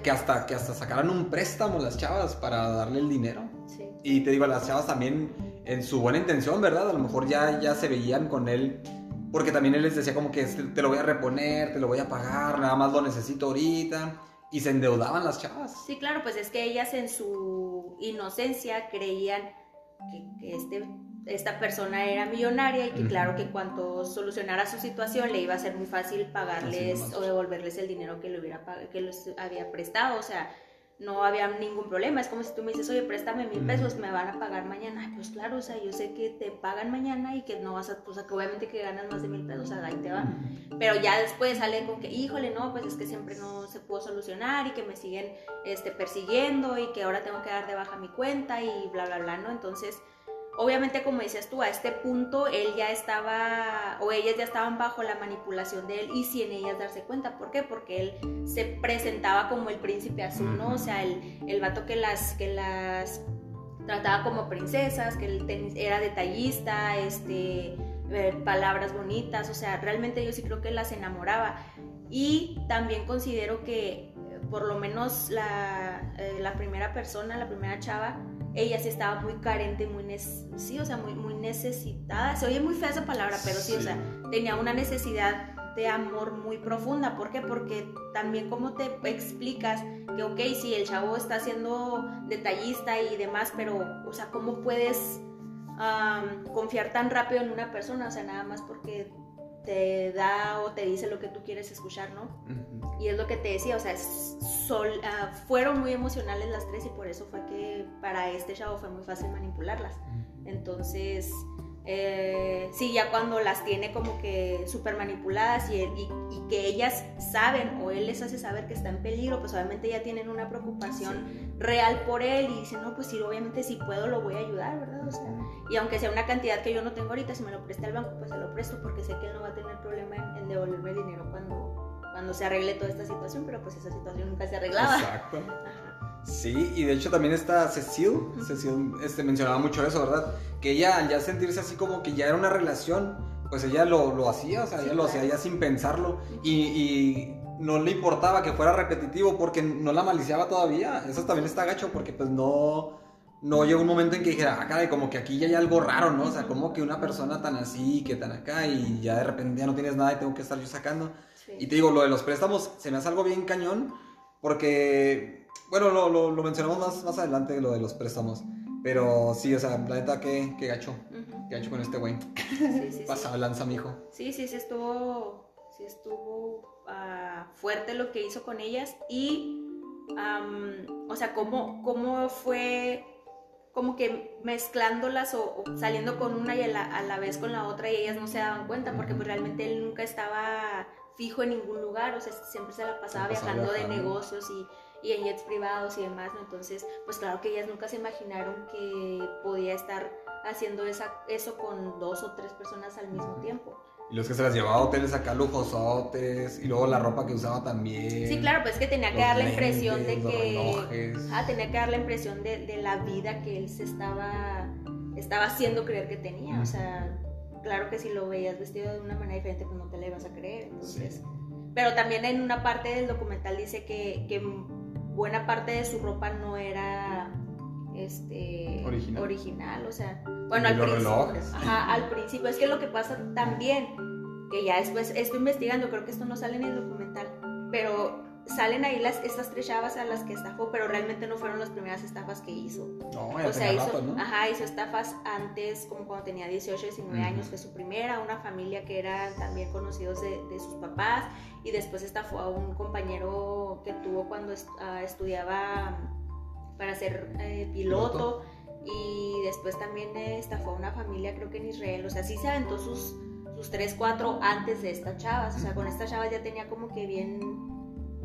que hasta, que hasta sacaran un préstamo las chavas para darle el dinero. Sí. Y te digo, las chavas también en su buena intención, ¿verdad? A lo mejor ya, ya se veían con él. Porque también él les decía como que "Este, te lo voy a reponer, te lo voy a pagar, nada más lo necesito ahorita. Y se endeudaban las chavas. Sí, claro, pues es que ellas en su inocencia creían que, que este, esta persona era millonaria y que Ujú. claro que en cuanto solucionara su situación le iba a ser muy fácil Así pagarles nomás. o devolverles el dinero que, le hubiera, pag- que les había prestado, o sea, no había ningún problema, es como si tú me dices, oye, préstame mil Ujú. pesos, me van a pagar mañana, Ay, pues claro, o sea, yo sé que te pagan mañana y que no vas a, o sea, que obviamente que ganas más de mil pesos, o sea, ahí te va. Pero ya después salen con que, híjole, no, pues es que siempre no se pudo solucionar y que me siguen este, persiguiendo y que ahora tengo que dar de baja mi cuenta y bla, bla, bla, ¿no? Entonces, obviamente, como dices tú, a este punto él ya estaba, o ellas ya estaban bajo la manipulación de él y sin ellas darse cuenta. ¿Por qué? Porque él se presentaba como el príncipe azul, ¿no? O sea, el, el vato que las, que las trataba como princesas, que él ten- era detallista, este ver palabras bonitas, o sea, realmente yo sí creo que las enamoraba. Y también considero que eh, por lo menos la, eh, la primera persona, la primera chava, ella sí estaba muy carente, muy, nes- sí, o sea, muy, muy necesitada. Se oye muy fea esa palabra, pero sí, o Sí. sea, tenía una necesidad de amor muy profunda. ¿Por qué? Porque también como te explicas que, ok, sí, el chavo está siendo detallista y demás, pero, o sea, ¿cómo puedes am, confiar tan rápido en una persona? O sea, nada más porque te da o te dice lo que tú quieres escuchar, ¿no? Ujú. Y es lo que te decía, o sea, s- sol- ah, fueron muy emocionales las tres y por eso fue que para este chavo fue muy fácil manipularlas. Entonces, eh, sí, ya cuando las tiene como que súper manipuladas y, y- y que ellas saben o él les hace saber que está en peligro, pues obviamente ya tienen una preocupación real por él y dicen, no, pues sí, obviamente si puedo lo voy a ayudar, ¿verdad? O sea, y aunque sea una cantidad que yo no tengo ahorita, si me lo presta el banco, pues se lo presto porque sé que él no va a tener problema en, en devolverme el dinero cuando, cuando se arregle toda esta situación, pero pues esa situación nunca se arreglaba. Exacto. Ajá. Sí, y de hecho también está Cecil. Cecil este, mencionaba mucho eso, ¿verdad? Que ella al ya sentirse así como que ya era una relación, pues ella lo, lo hacía, o sea, Sí, ella lo claro. hacía ya sin pensarlo. Y, y no le importaba que fuera repetitivo porque no la maliciaba todavía. Eso también está gacho porque pues no... No llegó un momento en que dijera, ah, caray, como que aquí ya hay algo raro, ¿no? O sea, como que una persona tan así, que tan acá, y ya de repente ya no tienes nada y tengo que estar yo sacando. Sí. Y te digo, lo de los préstamos se me hace algo bien cañón porque, bueno, lo, lo- lo mencionamos más, más adelante, lo de los préstamos. Pero sí, o sea, la neta, qué, qué gacho. Ujú. Qué gacho con este güey. Sí, sí, sí. Pasa lanza, mijo. Sí, sí, sí estuvo, sí estuvo ah, fuerte lo que hizo con ellas y am, o sea, cómo, cómo fue como que mezclándolas o, o saliendo con una y a la, a la vez con la otra y ellas no se daban cuenta porque pues realmente él nunca estaba fijo en ningún lugar, o sea, siempre se la pasaba Se pasaba viajando de viajando. negocios y, y en jets privados y demás, ¿no? Entonces, pues claro que ellas nunca se imaginaron que podía estar haciendo esa, eso con dos o tres personas al mismo Ujú. tiempo. Y los que se las llevaba a hoteles acá lujosotes. Y luego la ropa que usaba también. Sí, claro, pues es que tenía que los dar la impresión de lentes, los que... relojes. Ah, tenía que dar la impresión de, de la vida que él se estaba, estaba haciendo creer que tenía. O sea, claro que si lo veías vestido de una manera diferente, pues no te le ibas a creer. Entonces. Pero también en una parte del documental dice que, que buena parte de su ropa no era este, Original. original, O sea, bueno, Y al los principio. relojes. Ajá, al principio. Es que lo que pasa también, que ya después estoy investigando, creo que esto no sale en el documental, pero salen ahí las, estas tres chavas a las que estafó, pero realmente no fueron las primeras estafas que hizo. No, ya O sea, tenía hizo, rato, ¿no? ajá, hizo estafas antes, como cuando tenía 18, 19 Ujú. años, fue su primera, una familia que eran también conocidos de, de sus papás, y después estafó a un compañero que tuvo cuando est- ah, estudiaba mm, para ser eh, piloto, y después también eh, estafó a una familia, creo que en Israel, o sea, sí se aventó sus, sus 3, 4 antes de estas chavas, o sea, con estas chavas ya tenía como que bien,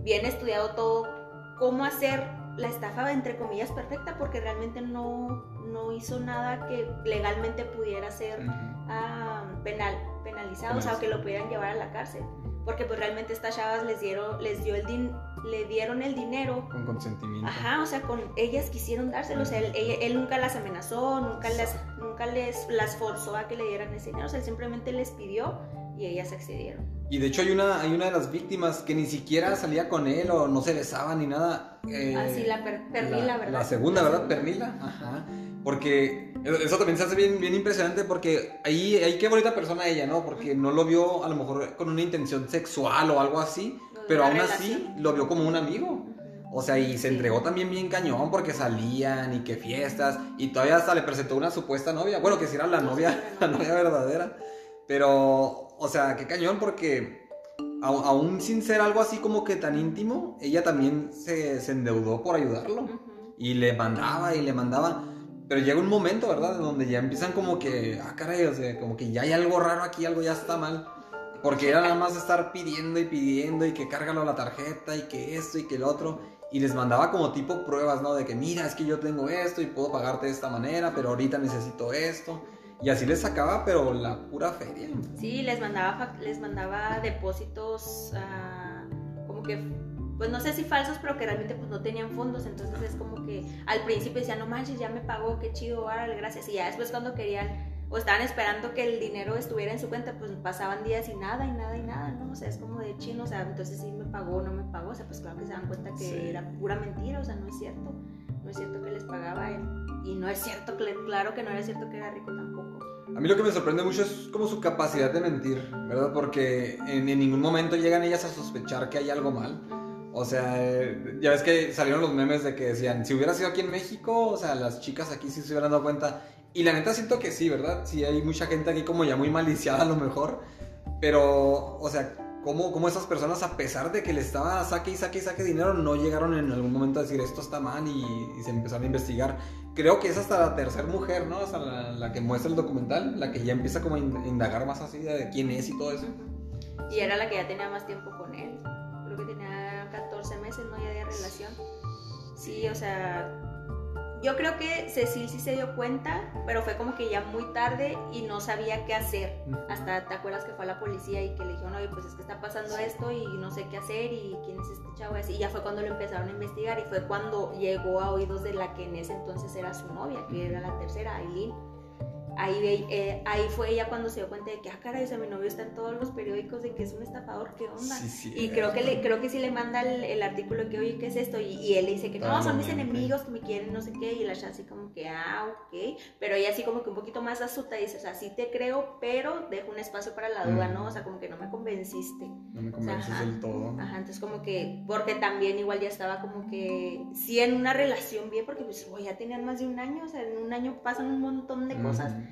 bien estudiado todo, cómo hacer la estafa entre comillas perfecta porque realmente no, no hizo nada que legalmente pudiera ser Ujú. ah, penal, penalizado, o sea, Penalizado. que lo pudieran llevar a la cárcel. Porque pues realmente estas chavas les dieron, les dio el din- le dieron el dinero. Con consentimiento. Ajá, o sea, con ellas quisieron dárselo, o sea, él, ella- él nunca las amenazó, nunca las, nunca les las forzó a que le dieran ese dinero, o sea, él simplemente les pidió y ellas accedieron. Y de hecho hay una, hay una de las víctimas que ni siquiera salía con él o no se besaba ni nada. eh, Así la per- pernila, la- ¿verdad? La segunda, ¿verdad? Pernila. Ajá. Porque eso eso también se hace bien, bien impresionante porque ahí, ahí qué bonita persona ella, ¿no? Porque no lo vio a lo mejor con una intención sexual o algo así, Lo de pero una aún así relación. lo vio como un amigo. O sea, y se Sí. entregó también bien cañón porque salían y que fiestas. Y todavía hasta le presentó una supuesta novia. Bueno, que si era la No, novia, sí, la la novia verdadera. Pero, o sea, qué cañón porque au- aún sin ser algo así como que tan íntimo, ella también se, se endeudó por ayudarlo. Ujú. Y le mandaba y le mandaba. Pero llega un momento, ¿verdad? Donde ya empiezan como que, ah, caray, o sea, como que ya hay algo raro aquí, algo ya está mal. Porque era nada más estar pidiendo y pidiendo y que cárgalo a la tarjeta y que esto y que el otro. Y les mandaba como tipo pruebas, ¿no? De que mira, es que yo tengo esto y puedo pagarte de esta manera, pero ahorita necesito esto. Y así les sacaba, pero la pura feria. Sí, les mandaba, fac- les mandaba depósitos ah, como que, pues no sé si falsos, pero que realmente pues no tenían fondos. Entonces es como que al principio decían, no manches, ya me pagó, qué chido, órale, gracias. Y ya después cuando querían o estaban esperando que el dinero estuviera en su cuenta, pues pasaban días y nada, y nada, y nada, ¿no? O sea, es como de chino, o sea, entonces sí me pagó, no me pagó. O sea, pues claro que se dan cuenta que Sí. era pura mentira, o sea, no es cierto. No es cierto que les pagaba él. Y no es cierto, cl- claro que no era cierto que era rico tampoco. A mí lo que me sorprende mucho es como su capacidad de mentir, ¿verdad? Porque en, en ningún momento llegan ellas a sospechar que hay algo mal. O sea, eh, ya ves que salieron los memes de que decían, si hubiera sido aquí en México, o sea, las chicas aquí sí se hubieran dado cuenta. Y la neta siento que sí, ¿verdad? Sí hay mucha gente aquí como ya muy maliciada a lo mejor. Pero, o sea, ¿cómo, cómo esas personas, a pesar de que le estaba saque y saque y saque dinero, no llegaron en algún momento a decir esto está mal y, y se empezaron a investigar? Creo que es hasta la tercera mujer, ¿no? Hasta la, la que muestra el documental, la que ya empieza como a in- indagar más así de quién es y todo eso. Ujú. Y era la que ya tenía más tiempo con él. Creo que tenía 14 meses, ¿no? Ya de relación. Sí, o sea. Yo creo que Cecil sí se dio cuenta, pero fue como que ya muy tarde y no sabía qué hacer. Hasta te acuerdas que fue a la policía y que le dijeron, oye, pues es que está pasando esto y no sé qué hacer y quién es este chavo. Y así. Y ya fue cuando lo empezaron a investigar y fue cuando llegó a oídos de la que en ese entonces era su novia, que era la tercera, Aileen. Ahí, ve- eh, ahí fue ella cuando se dio cuenta de que, ah, caray, o sea, mi novio está en todos los periódicos de que es un estafador, ¿qué onda? Sí, sí, y creo que, le, creo que sí le manda el, el artículo que, oye, ¿qué es esto? Y, y él le dice que, no, son mis Totalmente. enemigos, que me quieren, no sé qué. Y la Sha así como que, ah, ok. Pero ella así como que un poquito más astuta dice, o sea, sí te creo, pero dejo un espacio para la duda, Mm. ¿no? O sea, como que no me convenciste. No me convences Ajá. del todo. Ajá, entonces como que, porque también igual ya estaba como que, sí en una relación bien, porque pues, güey, ya tenían más de un año, o sea, en un año pasan un montón de cosas Ujú.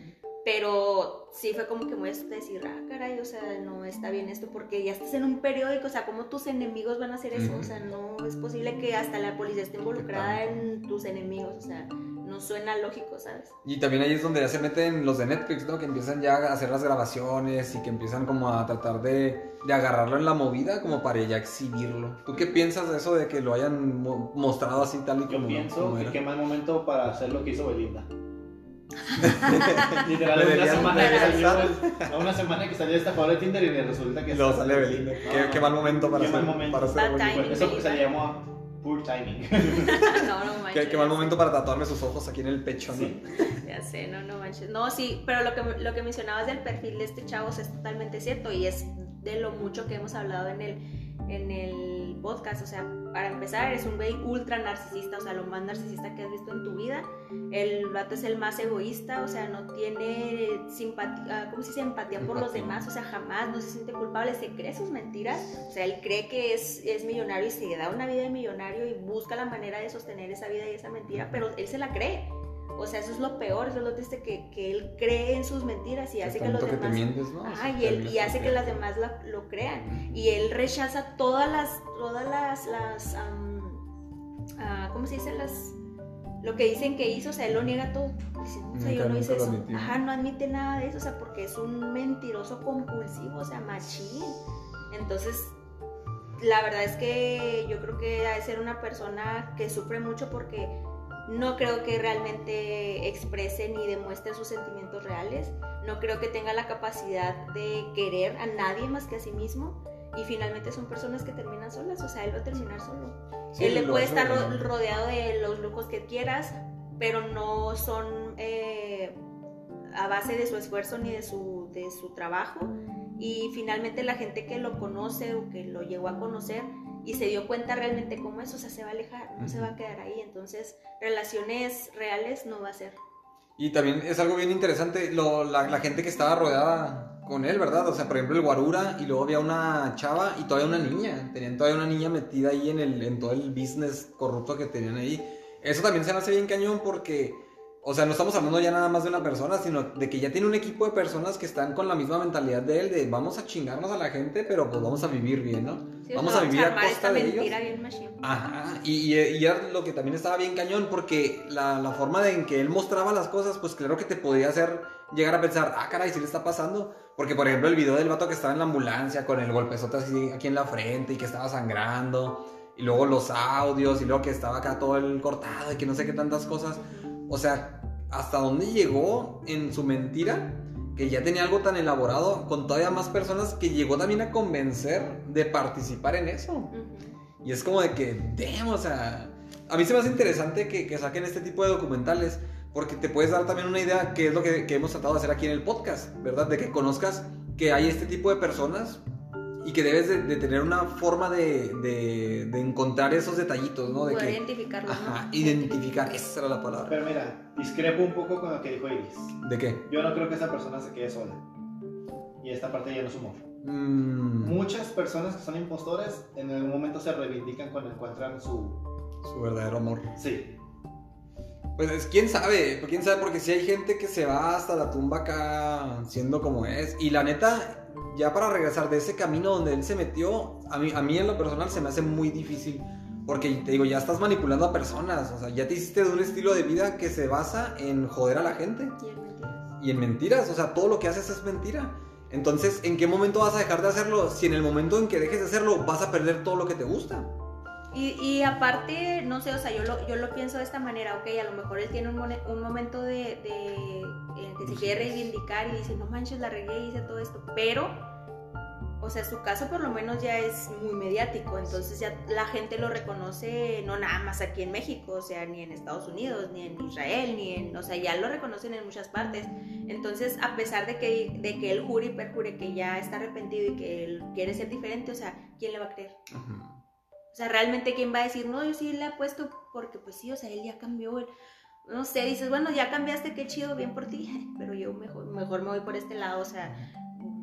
Pero sí fue como que muy de decir, ah, caray, o sea, no está bien esto porque ya estás en un periódico, o sea, ¿cómo tus enemigos van a hacer eso? O sea, no es posible que hasta la policía esté involucrada en tus enemigos, o sea, no suena lógico, ¿sabes? Y también ahí es donde ya se meten los de Netflix, ¿no? Que empiezan ya a hacer las grabaciones y que empiezan como a tratar de, de agarrarlo en la movida como para ya exhibirlo. ¿Tú qué piensas de eso de que lo hayan mo- mostrado así tal y Yo como, pienso como que era? qué mal momento para hacer lo que hizo Belinda. Le Literalmente una debían semana, que pagar. salió, no, una semana que salió esta de Tinder y le resulta que Y luego sale Belinda. No, Qué, no, qué mal momento para Qué hacer. mal momento. Para hacer Bad Belinda. timing. Eso se llama poor timing. no, no manches. Qué, qué mal momento para tatuarme sus ojos aquí en el pecho, ¿no? Sí. Ya sé, no, no manches. No, sí, pero lo que, lo que mencionabas del perfil de este chavo o sea, es totalmente cierto y es de lo mucho que hemos hablado en el, en el podcast. O sea, para empezar, es un güey ultra narcisista, o sea, lo más narcisista que has visto en tu vida. El vato es el más egoísta, o sea, no tiene simpatía, ¿cómo se dice? Empatía por los Empatía. demás, o sea, jamás no se siente culpable, se cree sus mentiras. O sea, él cree que es, es millonario y se da una vida de millonario y busca la manera de sostener esa vida y esa mentira, pero él se la cree. O sea, eso es lo peor, eso es lo triste que, que él cree en sus mentiras y hace que los Tanto que te demás. mientes, ¿no? Ajá, y, él, y hace que las demás la- lo crean. Y él rechaza todas las. Todas las. las am, ah, ¿Cómo se dice? Las. Lo que dicen que hizo, o sea, él lo niega todo. Dice, no, o Nunca- sea, yo no nunca hice lo eso. admitió. Ajá, no admite nada de eso, o sea, porque es un mentiroso compulsivo, o sea, machín. Entonces, la verdad es que yo creo que ha de ser una persona que sufre mucho porque no creo que realmente exprese ni demuestre sus sentimientos reales. No creo que tenga la capacidad de querer a nadie más que a sí mismo. Y finalmente son personas que terminan solas, o sea, él va a terminar solo. él le puede estar ro- rodeado de los lujos que quieras, pero no son eh, a base de su esfuerzo ni de su, de su trabajo. Y finalmente la gente que lo conoce o que lo llegó a conocer y se dio cuenta realmente cómo es, o sea, se va a alejar, no se va a quedar ahí. Entonces, relaciones reales no va a ser. Y también es algo bien interesante lo- la, la gente que estaba rodeada con él, ¿verdad? O sea, por ejemplo, el Guarura y luego había una chava y todavía una niña. Tenían todavía una niña metida ahí en, el, en todo el business corrupto que tenían ahí. Eso también se me hace bien cañón porque, o sea, no estamos hablando ya nada más de una persona, sino de que ya tiene un equipo de personas que están con la misma mentalidad de él, de vamos a chingarnos a la gente, pero pues vamos a vivir bien, ¿no? Sí, o vamos sea, a vivir a armar costa esta de ellos. Ah, mentira bien machine. Ajá, y, eh, y- y era lo que también estaba bien cañón, porque la, la forma de en que él mostraba las cosas, pues claro que te podía hacer llegar a pensar, ah, caray, si le está pasando. Porque, por ejemplo, el video del vato que estaba en la ambulancia con el golpezote así aquí en la frente y que estaba sangrando, y luego los audios, y luego que estaba acá todo el cortado y que no sé qué tantas cosas. O sea, hasta dónde llegó en su mentira, que ya tenía algo tan elaborado, con todavía más personas que llegó también a convencer de participar en eso. Ujú. Y es como de que, damn, o sea, a mí se me hace interesante que, que saquen este tipo de documentales porque te puedes dar también una idea que es lo que, que hemos tratado de hacer aquí en el podcast, ¿verdad? De que conozcas que hay este tipo de personas y que debes de, de tener una forma de, de- de encontrar esos detallitos, ¿no? De Poder que, identificarlo. ajá, ¿no? identificar, esa era la palabra. Pero mira, discrepo un poco con lo que dijo Iris. ¿De qué? Yo no creo que esa persona se quede sola. Y esta parte ya no es humor. Mm, Muchas personas que son impostoras en algún momento se reivindican cuando encuentran su... su verdadero amor. Sí. Pues es- quién sabe, quién sabe, porque si hay gente que se va hasta la tumba acá siendo como es. Y la neta, ya para regresar de ese camino donde él se metió, a mí, a mí en lo personal se me hace muy difícil. Porque te digo, ya estás manipulando a personas, o sea, ya te hiciste de un estilo de vida que se basa en joder a la gente Y el mentiras. y en mentiras, o sea, todo lo que haces es mentira. Entonces, ¿en qué momento vas a dejar de hacerlo? Si en el momento en que dejes de hacerlo vas a perder todo lo que te gusta. Y, y aparte, no sé, o sea, yo lo, yo lo pienso de esta manera, ok, a lo mejor él tiene un, mone- un momento de, de- en el que se quiere reivindicar y dice, no manches, la regué y hice todo esto, pero, o sea, su caso por lo menos ya es muy mediático, entonces ya la gente lo reconoce, no nada más aquí en México, o sea, ni en Estados Unidos, ni en Israel, ni en, o sea, ya lo reconocen en muchas partes. Entonces, a pesar de que, de que él jure y perjure que ya está arrepentido y que él quiere ser diferente, o sea, ¿quién le va a creer? O sea, realmente quién va a decir, no, yo sí le apuesto porque pues sí, o sea, él ya cambió. él- no sé, dices, bueno, ya cambiaste, qué chido, bien por ti, pero yo mejor, mejor me voy por este lado. O sea,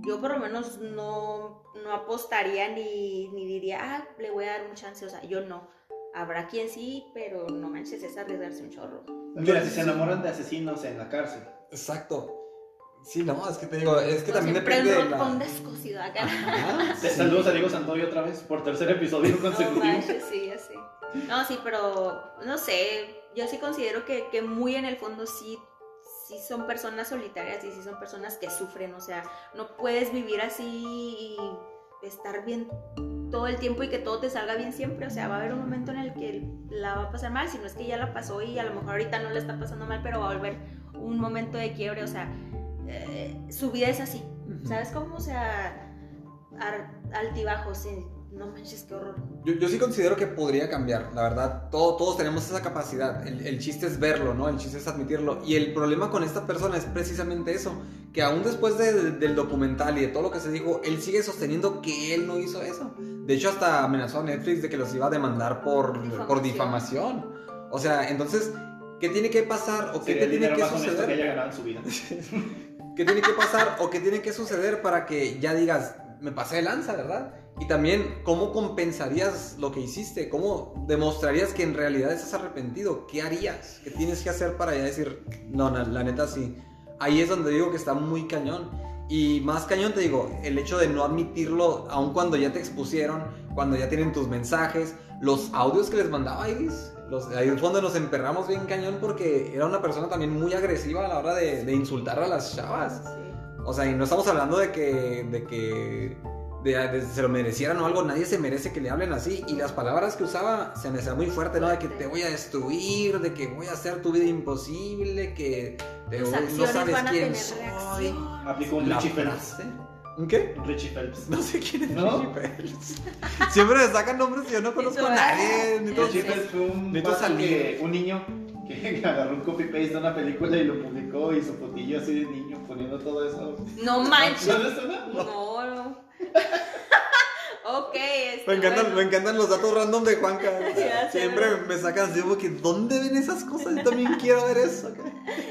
yo por lo menos no, no apostaría ni, ni diría, ah, le voy a dar un chance. O sea, yo no. Habrá quien sí, pero no manches, es arriesgarse un chorro. Mira, si se enamoran de asesinos en la cárcel, Exacto. Sí, no, es que te digo, es que No, también Pues depende siempre de un roncón la... descosido acá. Ajá, Te sí. saludos a Diego Santoyo otra vez por tercer episodio No, consecutivo. manches, sí, ya sé. No, sí, pero no sé, yo sí considero que, que muy en el fondo sí, sí son personas solitarias y sí son personas que sufren, o sea, no puedes vivir así y estar bien todo el tiempo y que todo te salga bien siempre, o sea, va a haber un momento en el que la va a pasar mal, si no es que ya la pasó y a lo mejor ahorita no la está pasando mal, pero va a volver un momento de quiebre, o sea, eh, su vida es así, Ujú. ¿sabes cómo? O sea, ar- altibajos, sí, no manches, qué horror. Yo, yo sí considero que podría cambiar, la verdad. Todo- todos tenemos esa capacidad. El, el chiste es verlo, ¿no? El chiste es admitirlo. Y el problema con esta persona es precisamente eso, que aún después de- de- del documental y de todo lo que se dijo, él sigue sosteniendo que él no hizo eso. De hecho, hasta amenazó a Netflix de que los iba a demandar por difamación. Por Difamación. difamación. O sea, entonces, ¿qué tiene que pasar o qué Sería te el tiene dinero que más honesto que haya suceder? ganado en su vida. ¿Qué tiene que pasar o qué tiene que suceder para que ya digas, me pasé de lanza, ¿verdad? Y también, ¿cómo compensarías lo que hiciste? ¿Cómo demostrarías que en realidad estás arrepentido? ¿Qué harías? ¿Qué tienes que hacer para ya decir, no, no, la neta sí? Ahí es donde digo que está muy cañón. Y más cañón te digo, el hecho de no admitirlo, aun cuando ya te expusieron, cuando ya tienen tus mensajes, los audios que les mandaba Iris, los, ahí es donde nos emperramos bien cañón porque era una persona también muy agresiva a la hora de, de insultar a las chavas. O sea, y no estamos hablando de que, de que de- de- se lo merecieran o algo, nadie se merece que le hablen así. Y las palabras que usaba se me hacían muy fuerte, ¿no? De que te voy a destruir, de que voy a hacer tu vida imposible, que te Tus voy- no acciones sabes van a quién tener soy. reacción. Aplicó un La Richie Phelps. frase. ¿Un qué? Un Richie Phelps. No sé quién es ¿No? Richie Phelps. Siempre me sacan nombres que yo no conozco a nadie. ni todos- Richie Phelps fue un, Neto vato Salinas. que- un niño que agarró un copy-paste de una película y lo publicó y su fotillo así de niño poniendo todo eso. No ¿No manches. les suena? No, no. ok, este, Me encantan, bueno. me encantan los datos random de Juanca. Ya sé, Siempre ¿verdad? me sacan así como que ¿dónde ven esas cosas? Yo también quiero ver eso.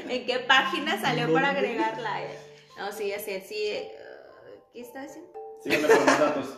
¿En qué página salió para ¿Dónde? agregarla? eh? No, sí, ya sé, sí. eh, ¿Qué está diciendo? Síganme por los datos.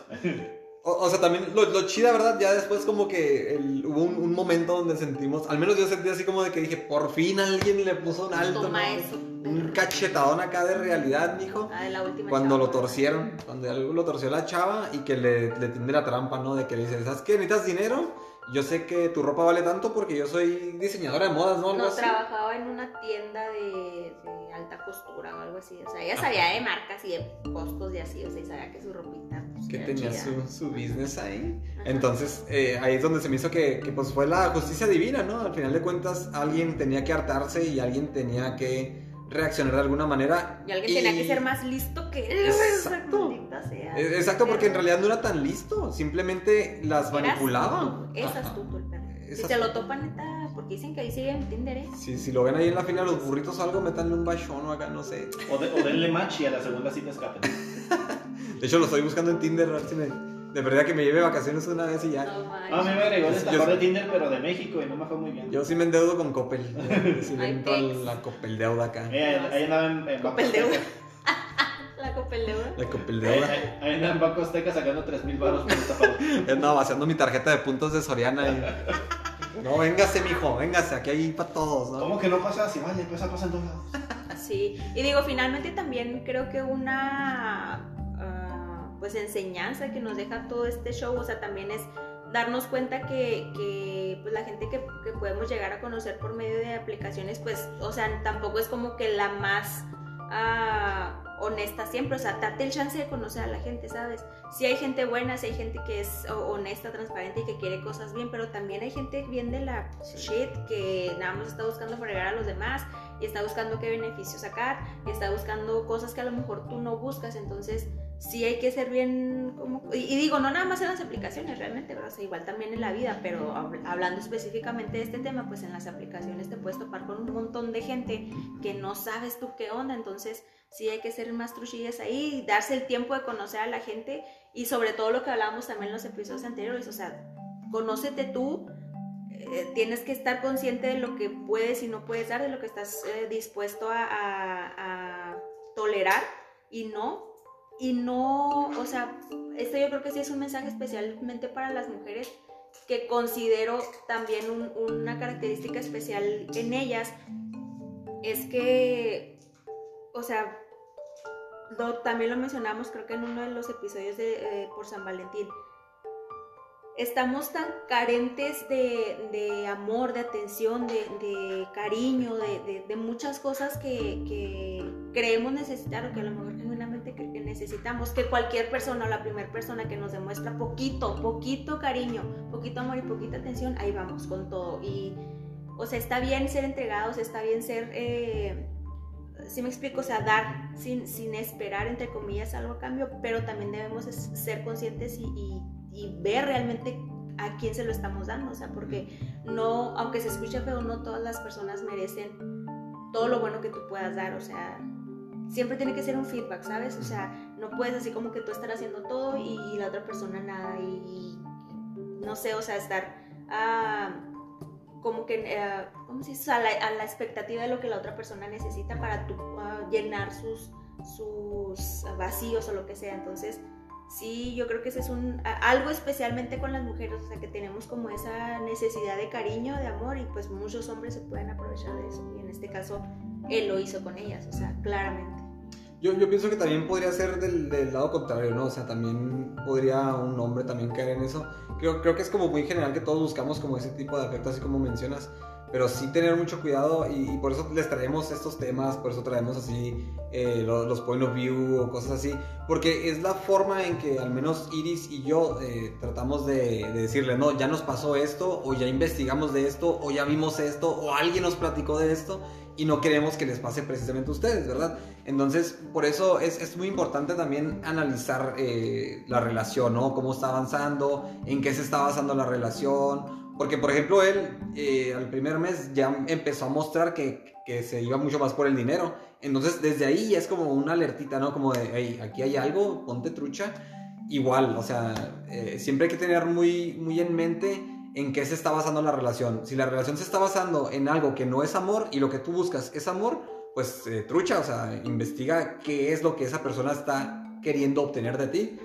O, o sea, también lo, lo chida, ¿verdad? Ya después como que el- hubo un, un momento donde sentimos, al menos yo sentí así como de que dije, por fin alguien le puso un alto, Toma ¿no? eso. un cachetadón acá de realidad, mijo. Ah, de la última. Cuando chava. lo torcieron, cuando algo lo torció la chava y que le, le tiende la trampa, ¿no? De que le dice, ¿sabes qué? ¿Necesitas dinero? Yo sé que tu ropa vale tanto porque yo soy diseñadora de modas, ¿no? Algo No, así. trabajaba en una tienda de, de alta costura o algo así. O sea, ella sabía de marcas y de costos y así. O sea, y sabía que su ropita. pues, que era tenía chida. su, su business ahí. Ajá. Entonces, eh, ahí es donde se me hizo que, que, pues fue la justicia divina, ¿no? Al final de cuentas, alguien tenía que hartarse y alguien tenía que reaccionar de alguna manera. Y alguien tenía que ser más listo que él. Exacto. maldita sea. Eh, Exacto, porque en Pero- realidad no era tan listo, simplemente las Eras manipulaba. tú, Es Ajá. astuto el perro. Es Si te astuto. lo topan, neta, porque dicen que ahí sigue en Tinder, ¿eh? Si, si lo ven ahí en la fila de los burritos o algo, métanle un bachón o acá, no sé. O, de- o denle match y a la segunda cita escapen. De hecho, lo estoy buscando en Tinder, a ver si me... De verdad que me lleve vacaciones una vez y ya. No manches. Ah, A mí me agregó el Yo- estafador de Tinder, pero de México y no me fue muy bien. Yo sí me endeudo con Coppel. Si le Ay, entro a pex. la Coppel deuda acá. Eh, ahí andaba en, en Banco Copel de Azteca. oro. La copeleura. La Coppel Ahí, deuda. ahí- ahí andaba en Banco Azteca sacando 3 mil baros por estafador. Yo Andaba Eh, vaciando mi tarjeta de puntos de Soriana y... No, véngase, mijo, véngase, aquí hay para todos, ¿no? ¿Cómo que no pasa? Si vale, pasa, pasa en todos lados. Sí, y digo, finalmente también creo que una ah, pues enseñanza que nos deja todo este show, o sea, también es darnos cuenta que, que, pues, la gente que, que podemos llegar a conocer por medio de aplicaciones, pues, o sea, tampoco es como que la más ah, honesta siempre, o sea, date el chance de conocer a la gente, ¿sabes? Sí hay gente buena, sí hay gente que es o- honesta, transparente y que quiere cosas bien, pero también hay gente bien de la shit que nada más está buscando fregar a los demás y está buscando qué beneficio sacar y está buscando cosas que a lo mejor tú no buscas, entonces sí hay que ser bien como... Y, y digo, no nada más en las aplicaciones realmente, pero o sea, igual también en la vida, pero hab- hablando específicamente de este tema, pues en las aplicaciones te puedes topar con un montón de gente que no sabes tú qué onda, entonces sí hay que ser más truchillas ahí, darse el tiempo de conocer a la gente y sobre todo lo que hablábamos también en los episodios anteriores, o sea, conócete tú, eh, tienes que estar consciente de lo que puedes y no puedes dar, de lo que estás eh, dispuesto a, a- a tolerar y no. Y no, o sea, esto yo creo que sí es un mensaje especialmente para las mujeres que considero también un- una característica especial en ellas, es que, o sea, lo- también lo mencionamos creo que en uno de los episodios de eh, por San Valentín. Estamos tan carentes de, de amor, de atención, de, de cariño, de, de- de muchas cosas que, que creemos necesitar o que a lo mejor genuinamente cre- que necesitamos, que cualquier persona o la primera persona que nos demuestra poquito, poquito cariño, poquito amor y poquita atención, ahí vamos con todo. Y, o sea, está bien ser entregados, está bien ser... eh, si me explico, o sea, dar sin, sin esperar, entre comillas, algo a cambio, pero también debemos es- ser conscientes y, y- y ver realmente a quién se lo estamos dando, o sea, porque no, aunque se escuche feo, no todas las personas merecen todo lo bueno que tú puedas dar, o sea, siempre tiene que ser un feedback, ¿sabes? O sea, no puedes así como que tú estar haciendo todo y, la otra persona nada y, y no sé, o sea, estar ah, como que, eh, ¿cómo se dice? O sea, a la, a la expectativa de lo que la otra persona necesita para tú, ah, llenar sus, sus vacíos o lo que sea. Entonces, sí, yo creo que ese es un, a- algo especialmente con las mujeres, o sea, que tenemos como esa necesidad de cariño, de amor y pues muchos hombres se pueden aprovechar de eso. Y en este caso, él lo hizo con ellas, o sea, claramente. Yo, yo pienso que también podría ser del, del lado contrario, ¿no? O sea, también podría un hombre también caer en eso. Creo, creo que es como muy general que todos buscamos como ese tipo de afecto, así como mencionas. Pero sí tener mucho cuidado y, y por eso les traemos estos temas, por eso traemos así eh, lo- los, point of view o cosas así. Porque es la forma en que al menos Iris y yo eh, tratamos de, de decirle, no, ya nos pasó esto, o ya investigamos de esto, o ya vimos esto, o alguien nos platicó de esto. Y no queremos que les pase precisamente a ustedes, ¿verdad? Entonces, por eso es, es muy importante también analizar eh, la relación, ¿no? Cómo está avanzando, en qué se está basando la relación. Porque, por ejemplo, él eh, al primer mes ya empezó a mostrar que, que se iba mucho más por el dinero. Entonces, desde ahí ya es como una alertita, ¿no? Como de, hey, aquí hay algo, ponte trucha. Igual, o sea, eh, siempre hay que tener muy, muy en mente en qué se está basando la relación. Si la relación se está basando en algo que no es amor y lo que tú buscas es amor, pues eh, trucha, o sea, investiga qué es lo que esa persona está queriendo obtener de ti,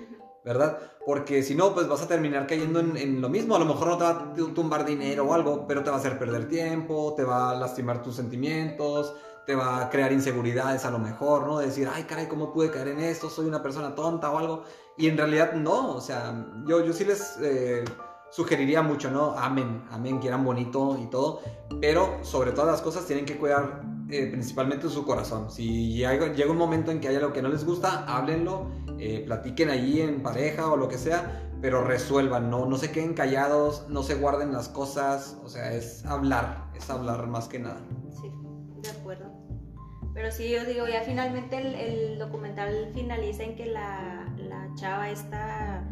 ¿verdad? Porque si no, pues vas a terminar cayendo en, en lo mismo. A lo mejor no te va a tu- tumbar dinero o algo, pero te va a hacer perder tiempo, te va a lastimar tus sentimientos, te va a crear inseguridades a lo mejor, ¿no? De decir, ay, caray, ¿cómo pude caer en esto? Soy una persona tonta o algo. Y en realidad no, o sea, yo, yo sí les... eh, Sugeriría mucho, ¿no? Amén, amén, quieran bonito y todo, pero sobre todas las cosas tienen que cuidar eh, principalmente su corazón. Si llega, llega un momento en que haya algo que no les gusta, háblenlo, eh, platiquen allí en pareja o lo que sea, pero resuelvan, ¿no? no se queden callados, no se guarden las cosas, o sea, es hablar, es hablar más que nada. Sí, de acuerdo. Pero sí, yo digo, ya finalmente el, el documental finaliza en que la, la chava esta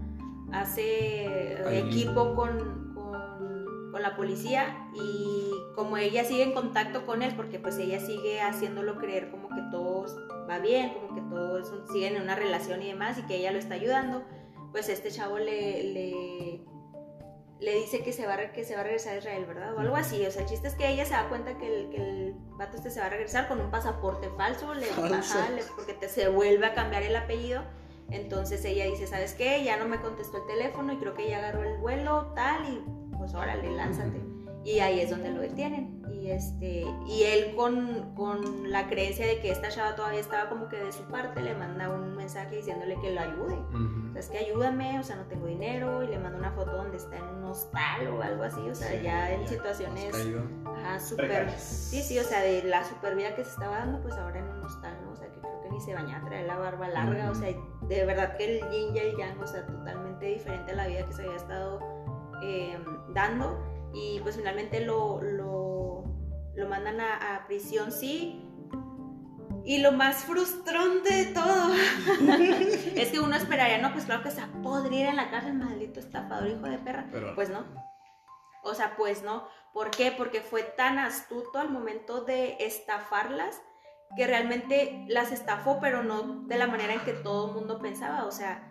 hace eh, Ahí. equipo con, con- con la policía y como ella sigue en contacto con él, porque pues ella sigue haciéndolo creer como que todo va bien, como que todos siguen en una relación y demás y que ella lo está ayudando, pues este chavo le, le, le dice que se, va, a re- que se va a regresar a Israel, ¿verdad? O algo así. O sea, el chiste es que ella se da cuenta que el, que el vato este se va a regresar con un pasaporte falso, le, Falso. ajá, le- porque te, se vuelve a cambiar el apellido. Entonces ella dice, ¿sabes qué? Ya no me contestó el teléfono y creo que ya agarró el vuelo, tal, y pues órale, lánzate. Y ahí es donde lo detienen. Y, este, y él con, con la creencia de que esta chava todavía estaba como que de su parte, le manda un mensaje diciéndole que lo ayude. O sea, es que ayúdame, o sea, no tengo dinero, y le mando una foto donde está en un hostal o algo así, o sea, Sí, ya ya, en pues, situaciones, Has caído. ajá, súper, Precarias. sí, sí, o sea, de la super vida que se estaba dando, pues ahora en un hostal, ¿no? O sea, que creo que ni se bañaba, traer la barba larga, o sea, de verdad que el yin y el yang, o sea, totalmente diferente a la vida que se había estado eh, dando, y pues finalmente lo, lo, lo mandan a, a prisión, sí, y lo más frustrante de todo es que uno esperaría, no, pues claro que se va a podrir en la cárcel, maldito estafador, hijo de perra. Pero- Pues no. O sea, pues no. ¿Por qué? Porque fue tan astuto al momento de estafarlas que realmente las estafó, pero no de la manera en que todo el mundo pensaba. O sea,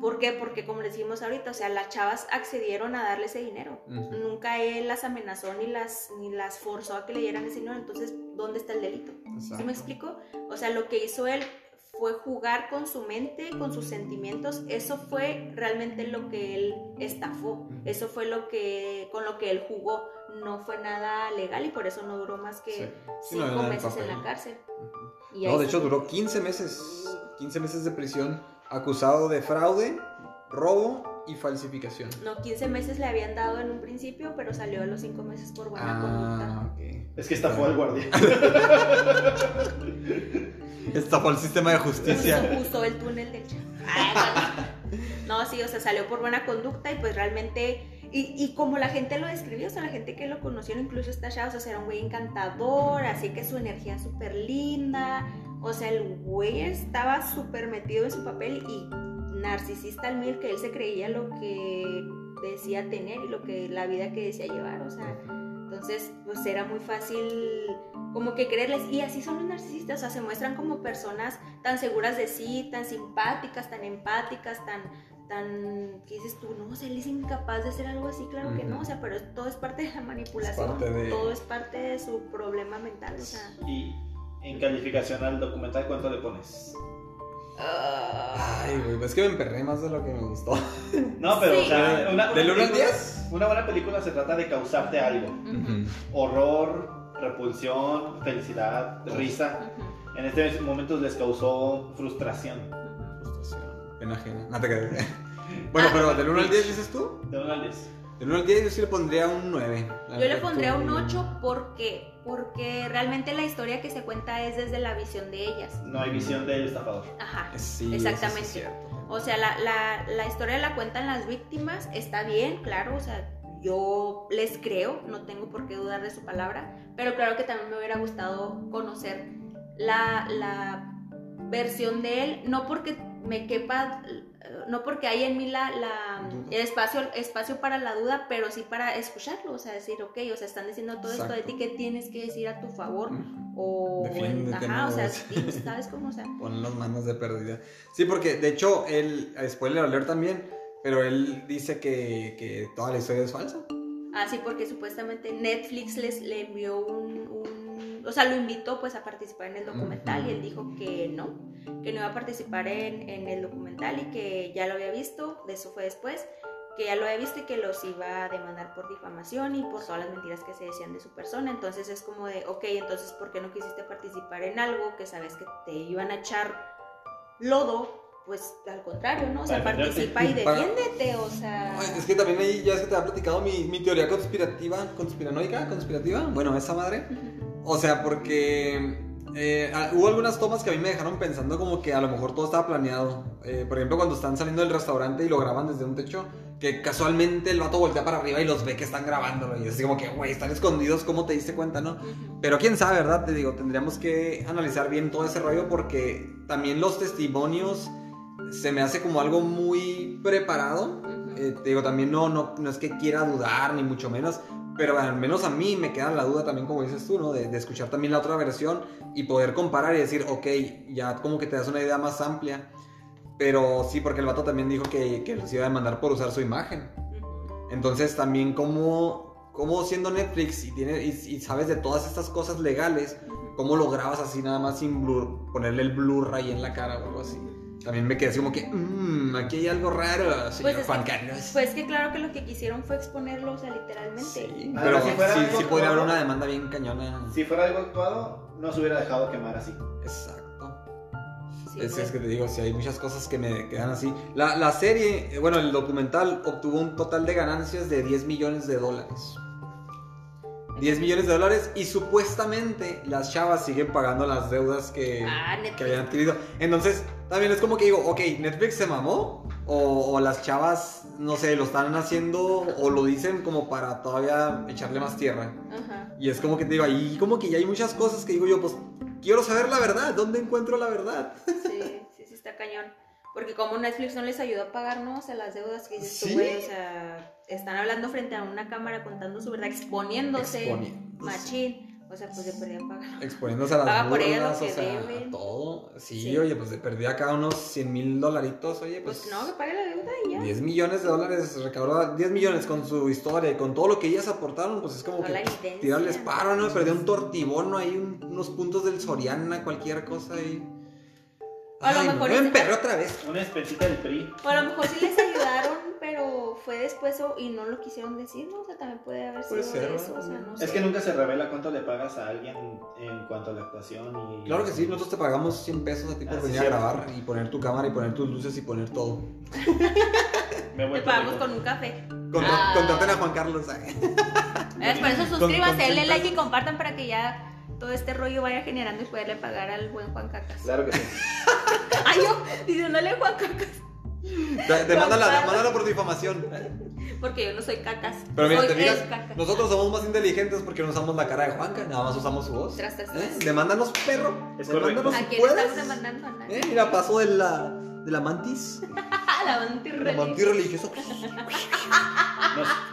¿por qué? Porque como les dijimos ahorita, o sea, las chavas accedieron a darle ese dinero. Ujú. Nunca él las amenazó ni las, ni las forzó a que le dieran ese dinero. Entonces, ¿dónde está el delito? ¿Sí Exacto. me explico? O sea, lo que hizo él fue jugar con su mente, con sus sentimientos. Eso fue realmente lo que él estafó. Eso fue lo que, con lo que él jugó. No fue nada legal y por eso no duró más que Sí. Sí, no, cinco era el meses en papel. la cárcel. Y No, ahí de sí. hecho duró 15 meses 15 meses de prisión acusado de fraude, robo y falsificación. No, 15 meses le habían dado en un principio, pero salió a los 5 meses por buena conducta. Ah, ok. Es que estafó al guardián. Estafó el sistema de justicia. Usó, usó el túnel del chat. Ah, bueno. No, sí, o sea, salió por buena conducta y pues realmente. Y, y como la gente lo describió, o sea, la gente que lo conoció, incluso esta chava, o sea, era un güey encantador, así que su energía súper linda. O sea, el güey estaba súper metido en su papel y narcisista al mil, que él se creía lo que decía tener y lo que la vida que decía llevar, o sea. Entonces, pues era muy fácil como que creerles. Y así son los narcisistas, o sea, se muestran como personas tan seguras de sí, tan simpáticas, tan empáticas, tan, tan, ¿qué dices tú? No, o sea, él es incapaz de hacer algo así, claro que no, o sea, pero todo es parte de la manipulación, parte de- todo es parte de su problema mental, o sea. Y en calificación al documental, ¿cuánto le pones? Ay, güey, pues es que me emperré más de lo que me gustó. No, pero, o Sí. sea, una, ¿Del una 1 película- al 10? Una buena película se trata de causarte algo: Ujú, horror, repulsión, felicidad, risa. ujú, En este momento les causó frustración. ujú. Pena ajena. No te creas. Bueno, Ah. pero del 1 al 10 dices tú? De una al diez. Del 1 al 10 yo sí le pondría un 9. Yo le pondría un 8 porque, porque realmente la historia que se cuenta es desde la visión de ellas. No hay visión del estafador. Ajá. Sí, eso sí Exactamente. es cierto. O sea, la, la, la historia la cuentan las víctimas, está bien, claro, o sea, yo les creo, no tengo por qué dudar de su palabra, pero claro que también me hubiera gustado conocer la, la versión de él, no porque me quepa, eh, no porque hay en mí la, la- el espacio, espacio para la duda, pero sí para escucharlo, o sea, decir, ok, o sea, están diciendo todo esto de Exacto. ti, ¿qué tienes que decir a tu favor? Ujú. O, Defiéndete, ajá, ¿no? o sea, sí, ¿sabes cómo? O sea, Pon las manos de pérdida. Sí, porque de hecho, él, spoiler alert también, pero él dice que, que toda la historia es falsa. Ah, sí, porque supuestamente Netflix les le envió un, un- O sea, lo invitó pues a participar en el documental y él dijo que no, que no iba a participar en, en el documental y que ya lo había visto, de eso fue después, que ya lo había visto y que los iba a demandar por difamación y por todas las mentiras que se decían de su persona. Entonces es como de, ok, entonces ¿por qué no quisiste participar en algo que sabes que te iban a echar lodo? Pues al contrario, ¿no? O sea, Para defenderte. participa y Para- defiéndete, o sea... Ay, Es que también ahí ya es que te ha platicado mi, mi teoría conspirativa, conspiranoica, conspirativa, bueno, esa madre. O sea, porque eh, ah, hubo algunas tomas que a mí me dejaron pensando como que a lo mejor todo estaba planeado. Eh, por ejemplo, cuando están saliendo del restaurante y lo graban desde un techo, que casualmente el vato voltea para arriba y los ve que están grabándolo. Y es así como que, güey, están escondidos, ¿cómo te diste cuenta, no? Ujú. Pero quién sabe, ¿verdad? Te digo, tendríamos que analizar bien todo ese rollo porque también los testimonios se me hace como algo muy preparado. Ujú. Eh, te digo, también no, no, no es que quiera dudar, ni mucho menos, pero al menos a mí me queda la duda también, como dices tú, ¿no? De, de escuchar también la otra versión y poder comparar y decir, ok, ya como que te das una idea más amplia. Pero sí, porque el vato también dijo que, que los iba a demandar por usar su imagen. Ujú. Entonces también como, como siendo Netflix y, tiene, y, y sabes de todas estas cosas legales, ¿cómo lo grabas así nada más sin blur, ponerle el blur ahí en la cara o algo así? También me quedé así como que, mmm, aquí hay algo raro, señor es que- Juan Carlos. Pues que claro que lo que quisieron fue exponerlo, o sea, literalmente. Sí, Ah, pero si sí, fuera sí, algo podría haber actuado. una demanda bien cañona. Si fuera algo actuado, no se hubiera dejado quemar así. Exacto. Sí, es, fue- es que te digo, si hay muchas cosas que me quedan así. La, la serie, eh, bueno, el documental obtuvo un total de ganancias de 10 millones de dólares. 10 millones de dólares y supuestamente las chavas siguen pagando las deudas que, Ah, Netflix. que habían adquirido. Entonces, también es como que digo, ok, Netflix se mamó o, o las chavas, no sé, lo están haciendo o lo dicen como para todavía echarle más tierra. Ajá. Y es como que te digo, ahí como que ya hay muchas cosas que digo yo, pues quiero saber la verdad, ¿dónde encuentro la verdad? Sí, sí, sí, está cañón. Porque como Netflix no les ayudó a pagar, ¿no? O sea, las deudas que dices tú, Sí. güey, o sea, están hablando frente a una cámara contando su verdad, exponiéndose, Exponiéndose. machín. O sea, pues de perdida pagar. Exponiéndose a las Paga por ella lo burlas, o que sea, debe. a todo. Sí, Sí. oye, pues de perdí acá unos 100 mil dolaritos, oye, pues... Pues, no, que pague la deuda y ya. 10 millones de dólares recaudó, 10 millones con su historia y con todo lo que ellas aportaron, pues es como Toda que la pff, evidencia. tirarles paro, ¿no? Perdió un tortibono ahí, un- unos puntos del Soriana, cualquier cosa ahí. A lo Ay, no, mejor este me es- emperré otra vez. Una espensita del PRI. O a lo mejor sí les ayudaron, pero o fue después o, y no lo quisieron decir, ¿no? O sea, también puede haber sido Puede ser, de eso, ¿no? o sea, no Es sé. que nunca se revela cuánto le pagas a alguien en cuanto a la actuación y... Claro que sí, nosotros te pagamos 100 pesos a ti por Ah, sí, venir a cierto. grabar y poner tu cámara y poner tus luces y poner todo. Me he Te vuelto pagamos rico. con un café. Contra- Ah. Contraten a Juan Carlos. ¿eh? Es por eso Con- suscríbanse, con denle cien like y compartan para que ya todo este rollo vaya generando y poderle pagar al buen Juan Cacas. Claro que sí. Ay, yo, diciéndole Juan Cacas, Te, te Juan mándala, Carlos. mándala por difamación. porque yo no soy Cacas. Pero mira, soy te el fijas, Cacas. nosotros somos más inteligentes porque no usamos la cara de Juanca, nada más usamos su voz. Tras, tras, ¿Eh? tras. Demándanos, perro. Es Demándanos correcto. si ¿A quién puedes. estamos demandando? A nadie. ¿Eh? Mira, paso de la, de la mantis. A la De la antirreligiosa. mantis Pues, religiosa.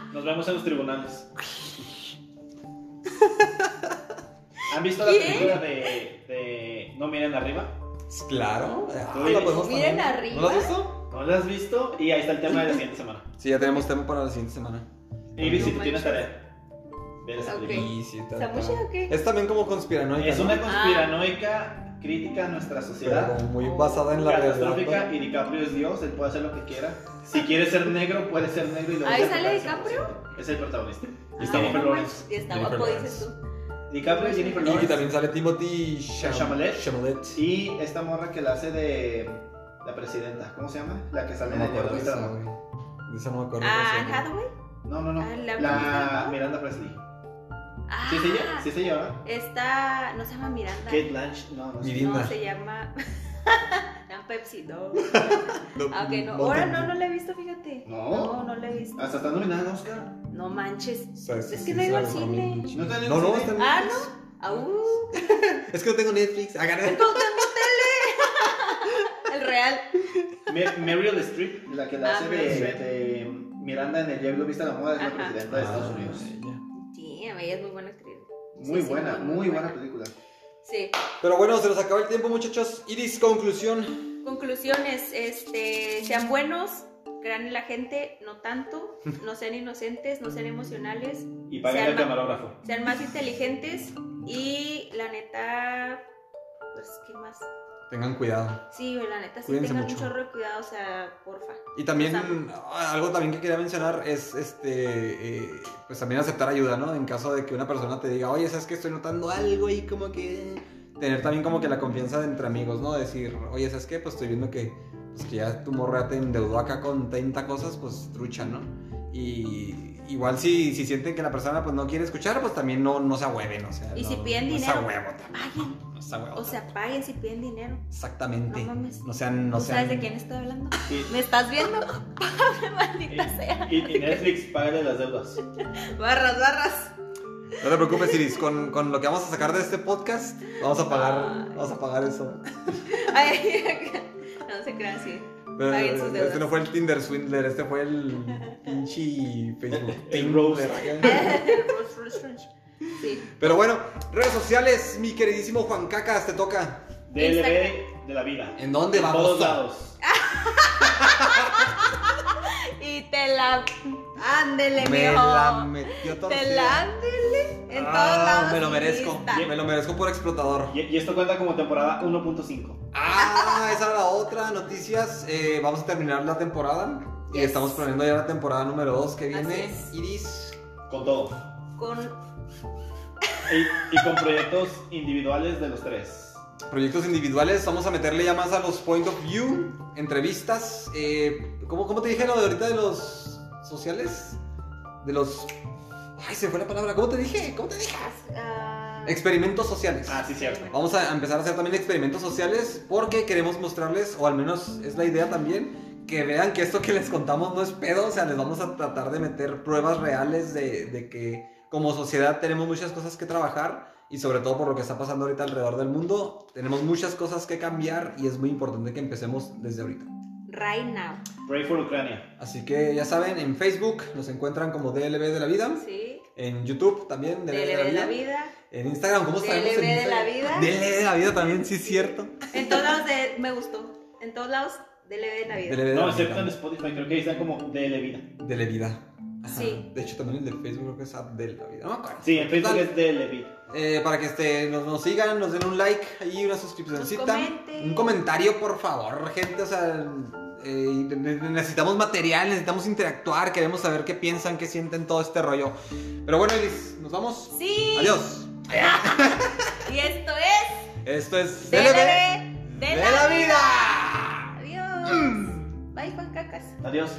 Nos, nos vemos en los tribunales. ¿Han visto la ¿Qué? película de, de No miren arriba? Claro. Ah, Miren la podemos miren poner. arriba. ¿No la has visto? ¿No la has visto? Y ahí está el tema de la siguiente semana. Sí, ya tenemos tema para la siguiente semana. Y Luis, si tú No tienes manches. tarea, ver esa Ok. Ah. película. Y sí, está- ¿Está muy está- chido o qué? Es también como conspiranoica. Es ¿no? una conspiranoica crítica a nuestra Pero sociedad. como muy basada en la realidad. catastrófica y DiCaprio es Dios, él puede hacer lo que quiera. Si quiere ser negro, puede ser negro y lo Ahí voy a sale sacar DiCaprio. 100%. Es el protagonista. Y Ah, está Jennifer no Lawrence. manches, Y está Jennifer guapo, dices Lawrence. tú. DiCaprio y Jennifer Y, y Lawrence. también sale Timothy Cham- Chalamet. Chalamet. Y esta morra que la hace de la presidenta, ¿cómo se llama? La que sale No me de acuerdo de Terrorista. esa, güey. De esa no me acuerdo. Ah, cómo Anne se llama. Hathaway. No, no, no. La, Ah, la Miranda. Miranda Presley. Ah, ¿Sí es ella? ¿Sí es ella, verdad? Está. No se llama Miranda. Kate Blanch. No, no sé. Mirin- Linda. No, se llama. No, Pepsi, no. No, Ah, ok, no. no Ahora entendí. no, no la he visto, fíjate. No. No, no la he visto. Hasta está nominada a Oscar. No manches. O sea, sí, Es que sí, no he ido sí, al sí, cine. sí, sí. ¿No está en el No, no, cine? está en Ah, uh, Netflix. Aún. Es que no tengo Netflix. Ah, gané. No tengo tele. El real. Mer- Meryl Streep, la que la Ah, hace de, Meryl Streep. de Miranda en el Diablo Vista la Moda, es la Ajá. presidenta de Ah, Estados Unidos. Damn, ella es muy buena actriz. Muy Sí, sí, buena, muy, muy, muy buena buena. película. Sí. Pero bueno, se nos acabó el tiempo, muchachos. Iris, conclusión. Conclusiones, este, sean buenos, crean en la gente, no tanto, no sean inocentes, no sean emocionales, Y Se pagan el arma. camarógrafo. sean más inteligentes y la neta, pues, ¿qué más? Tengan cuidado. Sí, la neta, sí Cuídense tengan mucho. mucho. un chorro de cuidado, o sea, porfa. Y también Los amo. ah, algo también que quería mencionar es este eh, pues también aceptar ayuda, ¿no? En caso de que una persona te diga, "Oye, sabes que estoy notando algo" y como que tener también como que la confianza de entre amigos, ¿no? Decir, "Oye, sabes qué, pues estoy viendo que pues que ya tu morra te endeudó acá con 30 cosas, pues trucha, ¿no?" Y igual si, si sienten que la persona pues no quiere escuchar, pues también no no se ahueven, o sea, Y no, si piden no dinero, se ahuevo también, Paguen, no se ahuevo o sea, paguen si piden dinero. exactamente. no mames. No sean no ¿Tú sean sabes de quién estoy hablando? Y, ¿Me estás viendo? Págame, maldita sea. y- y Netflix, págale las deudas. Barras, barras. No te preocupes, Iris, con, con lo que vamos a sacar de este podcast, vamos a pagar, Ay. vamos a pagar eso. Ay, acá. no se crean así. Pero, Paguen sus deudas. este no fue el Tinder Swindler, este fue el pinche Facebook El Tinder. Rush, rush, rush. Sí. Pero bueno, redes sociales, mi queridísimo Juan Cacas, te toca. DLB de la vida. ¿En dónde En vamos? todos lados. Y te la. Ándele, Me mijo. la metió torcida. Te la ándele. En Ah, todos lados. Me lo y merezco, lista. me lo merezco por explotador. Y, y esto cuenta como temporada 1.5. Ah, esa era la otra, noticias. eh, vamos a terminar la temporada y Yes. estamos planeando ya la temporada número 2 que viene. Así es. Iris, Con todo. Con. Y, y con proyectos individuales de los tres. proyectos individuales, vamos a meterle ya más a los point of view, entrevistas. eh, ¿cómo, cómo te dije lo de ahorita de los sociales? De los. Ay, se me fue la palabra. ¿Cómo te dije? ¿Cómo te dije? ah, Experimentos sociales. Ah, sí, cierto. Vamos a empezar a hacer también experimentos sociales porque queremos mostrarles, o al menos es la idea también, que vean que esto que les contamos no es pedo, o sea, les vamos a tratar de meter pruebas reales de, de que como sociedad tenemos muchas cosas que trabajar y sobre todo por lo que está pasando ahorita alrededor del mundo, tenemos muchas cosas que cambiar y es muy importante que empecemos desde ahorita. Right now. Pray for Ucrania. Así que ya saben, en Facebook nos encuentran como DLB de la vida, Sí. en YouTube también DLB, DLB de la vida. en Instagram, ¿cómo sabemos? en DLB de la Instagram? vida. DLB de la vida también, sí es cierto. En todos lados de. Me gustó. En todos lados, DLB de la vida. DLB de No, la excepto vida. en Spotify, creo que ahí está como DL Vida. De la vida. Ajá. Sí. De hecho, también el de Facebook creo que es app de la vida. No me acuerdo. Sí, en Facebook Total, es DL Vida. eh, para que este, nos, nos sigan, nos den un like, ahí una suscripcioncita. Nos comenten. Un comentario, por favor, gente. O sea, eh, y ne- ne- necesitamos material, necesitamos interactuar, queremos saber qué piensan, qué sienten, todo este rollo. Pero bueno, Elis, nos vamos. Sí. Adiós. Y esto es. Esto es DLB de la vida. Mm. Adiós. Bye, Juan Cacas. Adiós.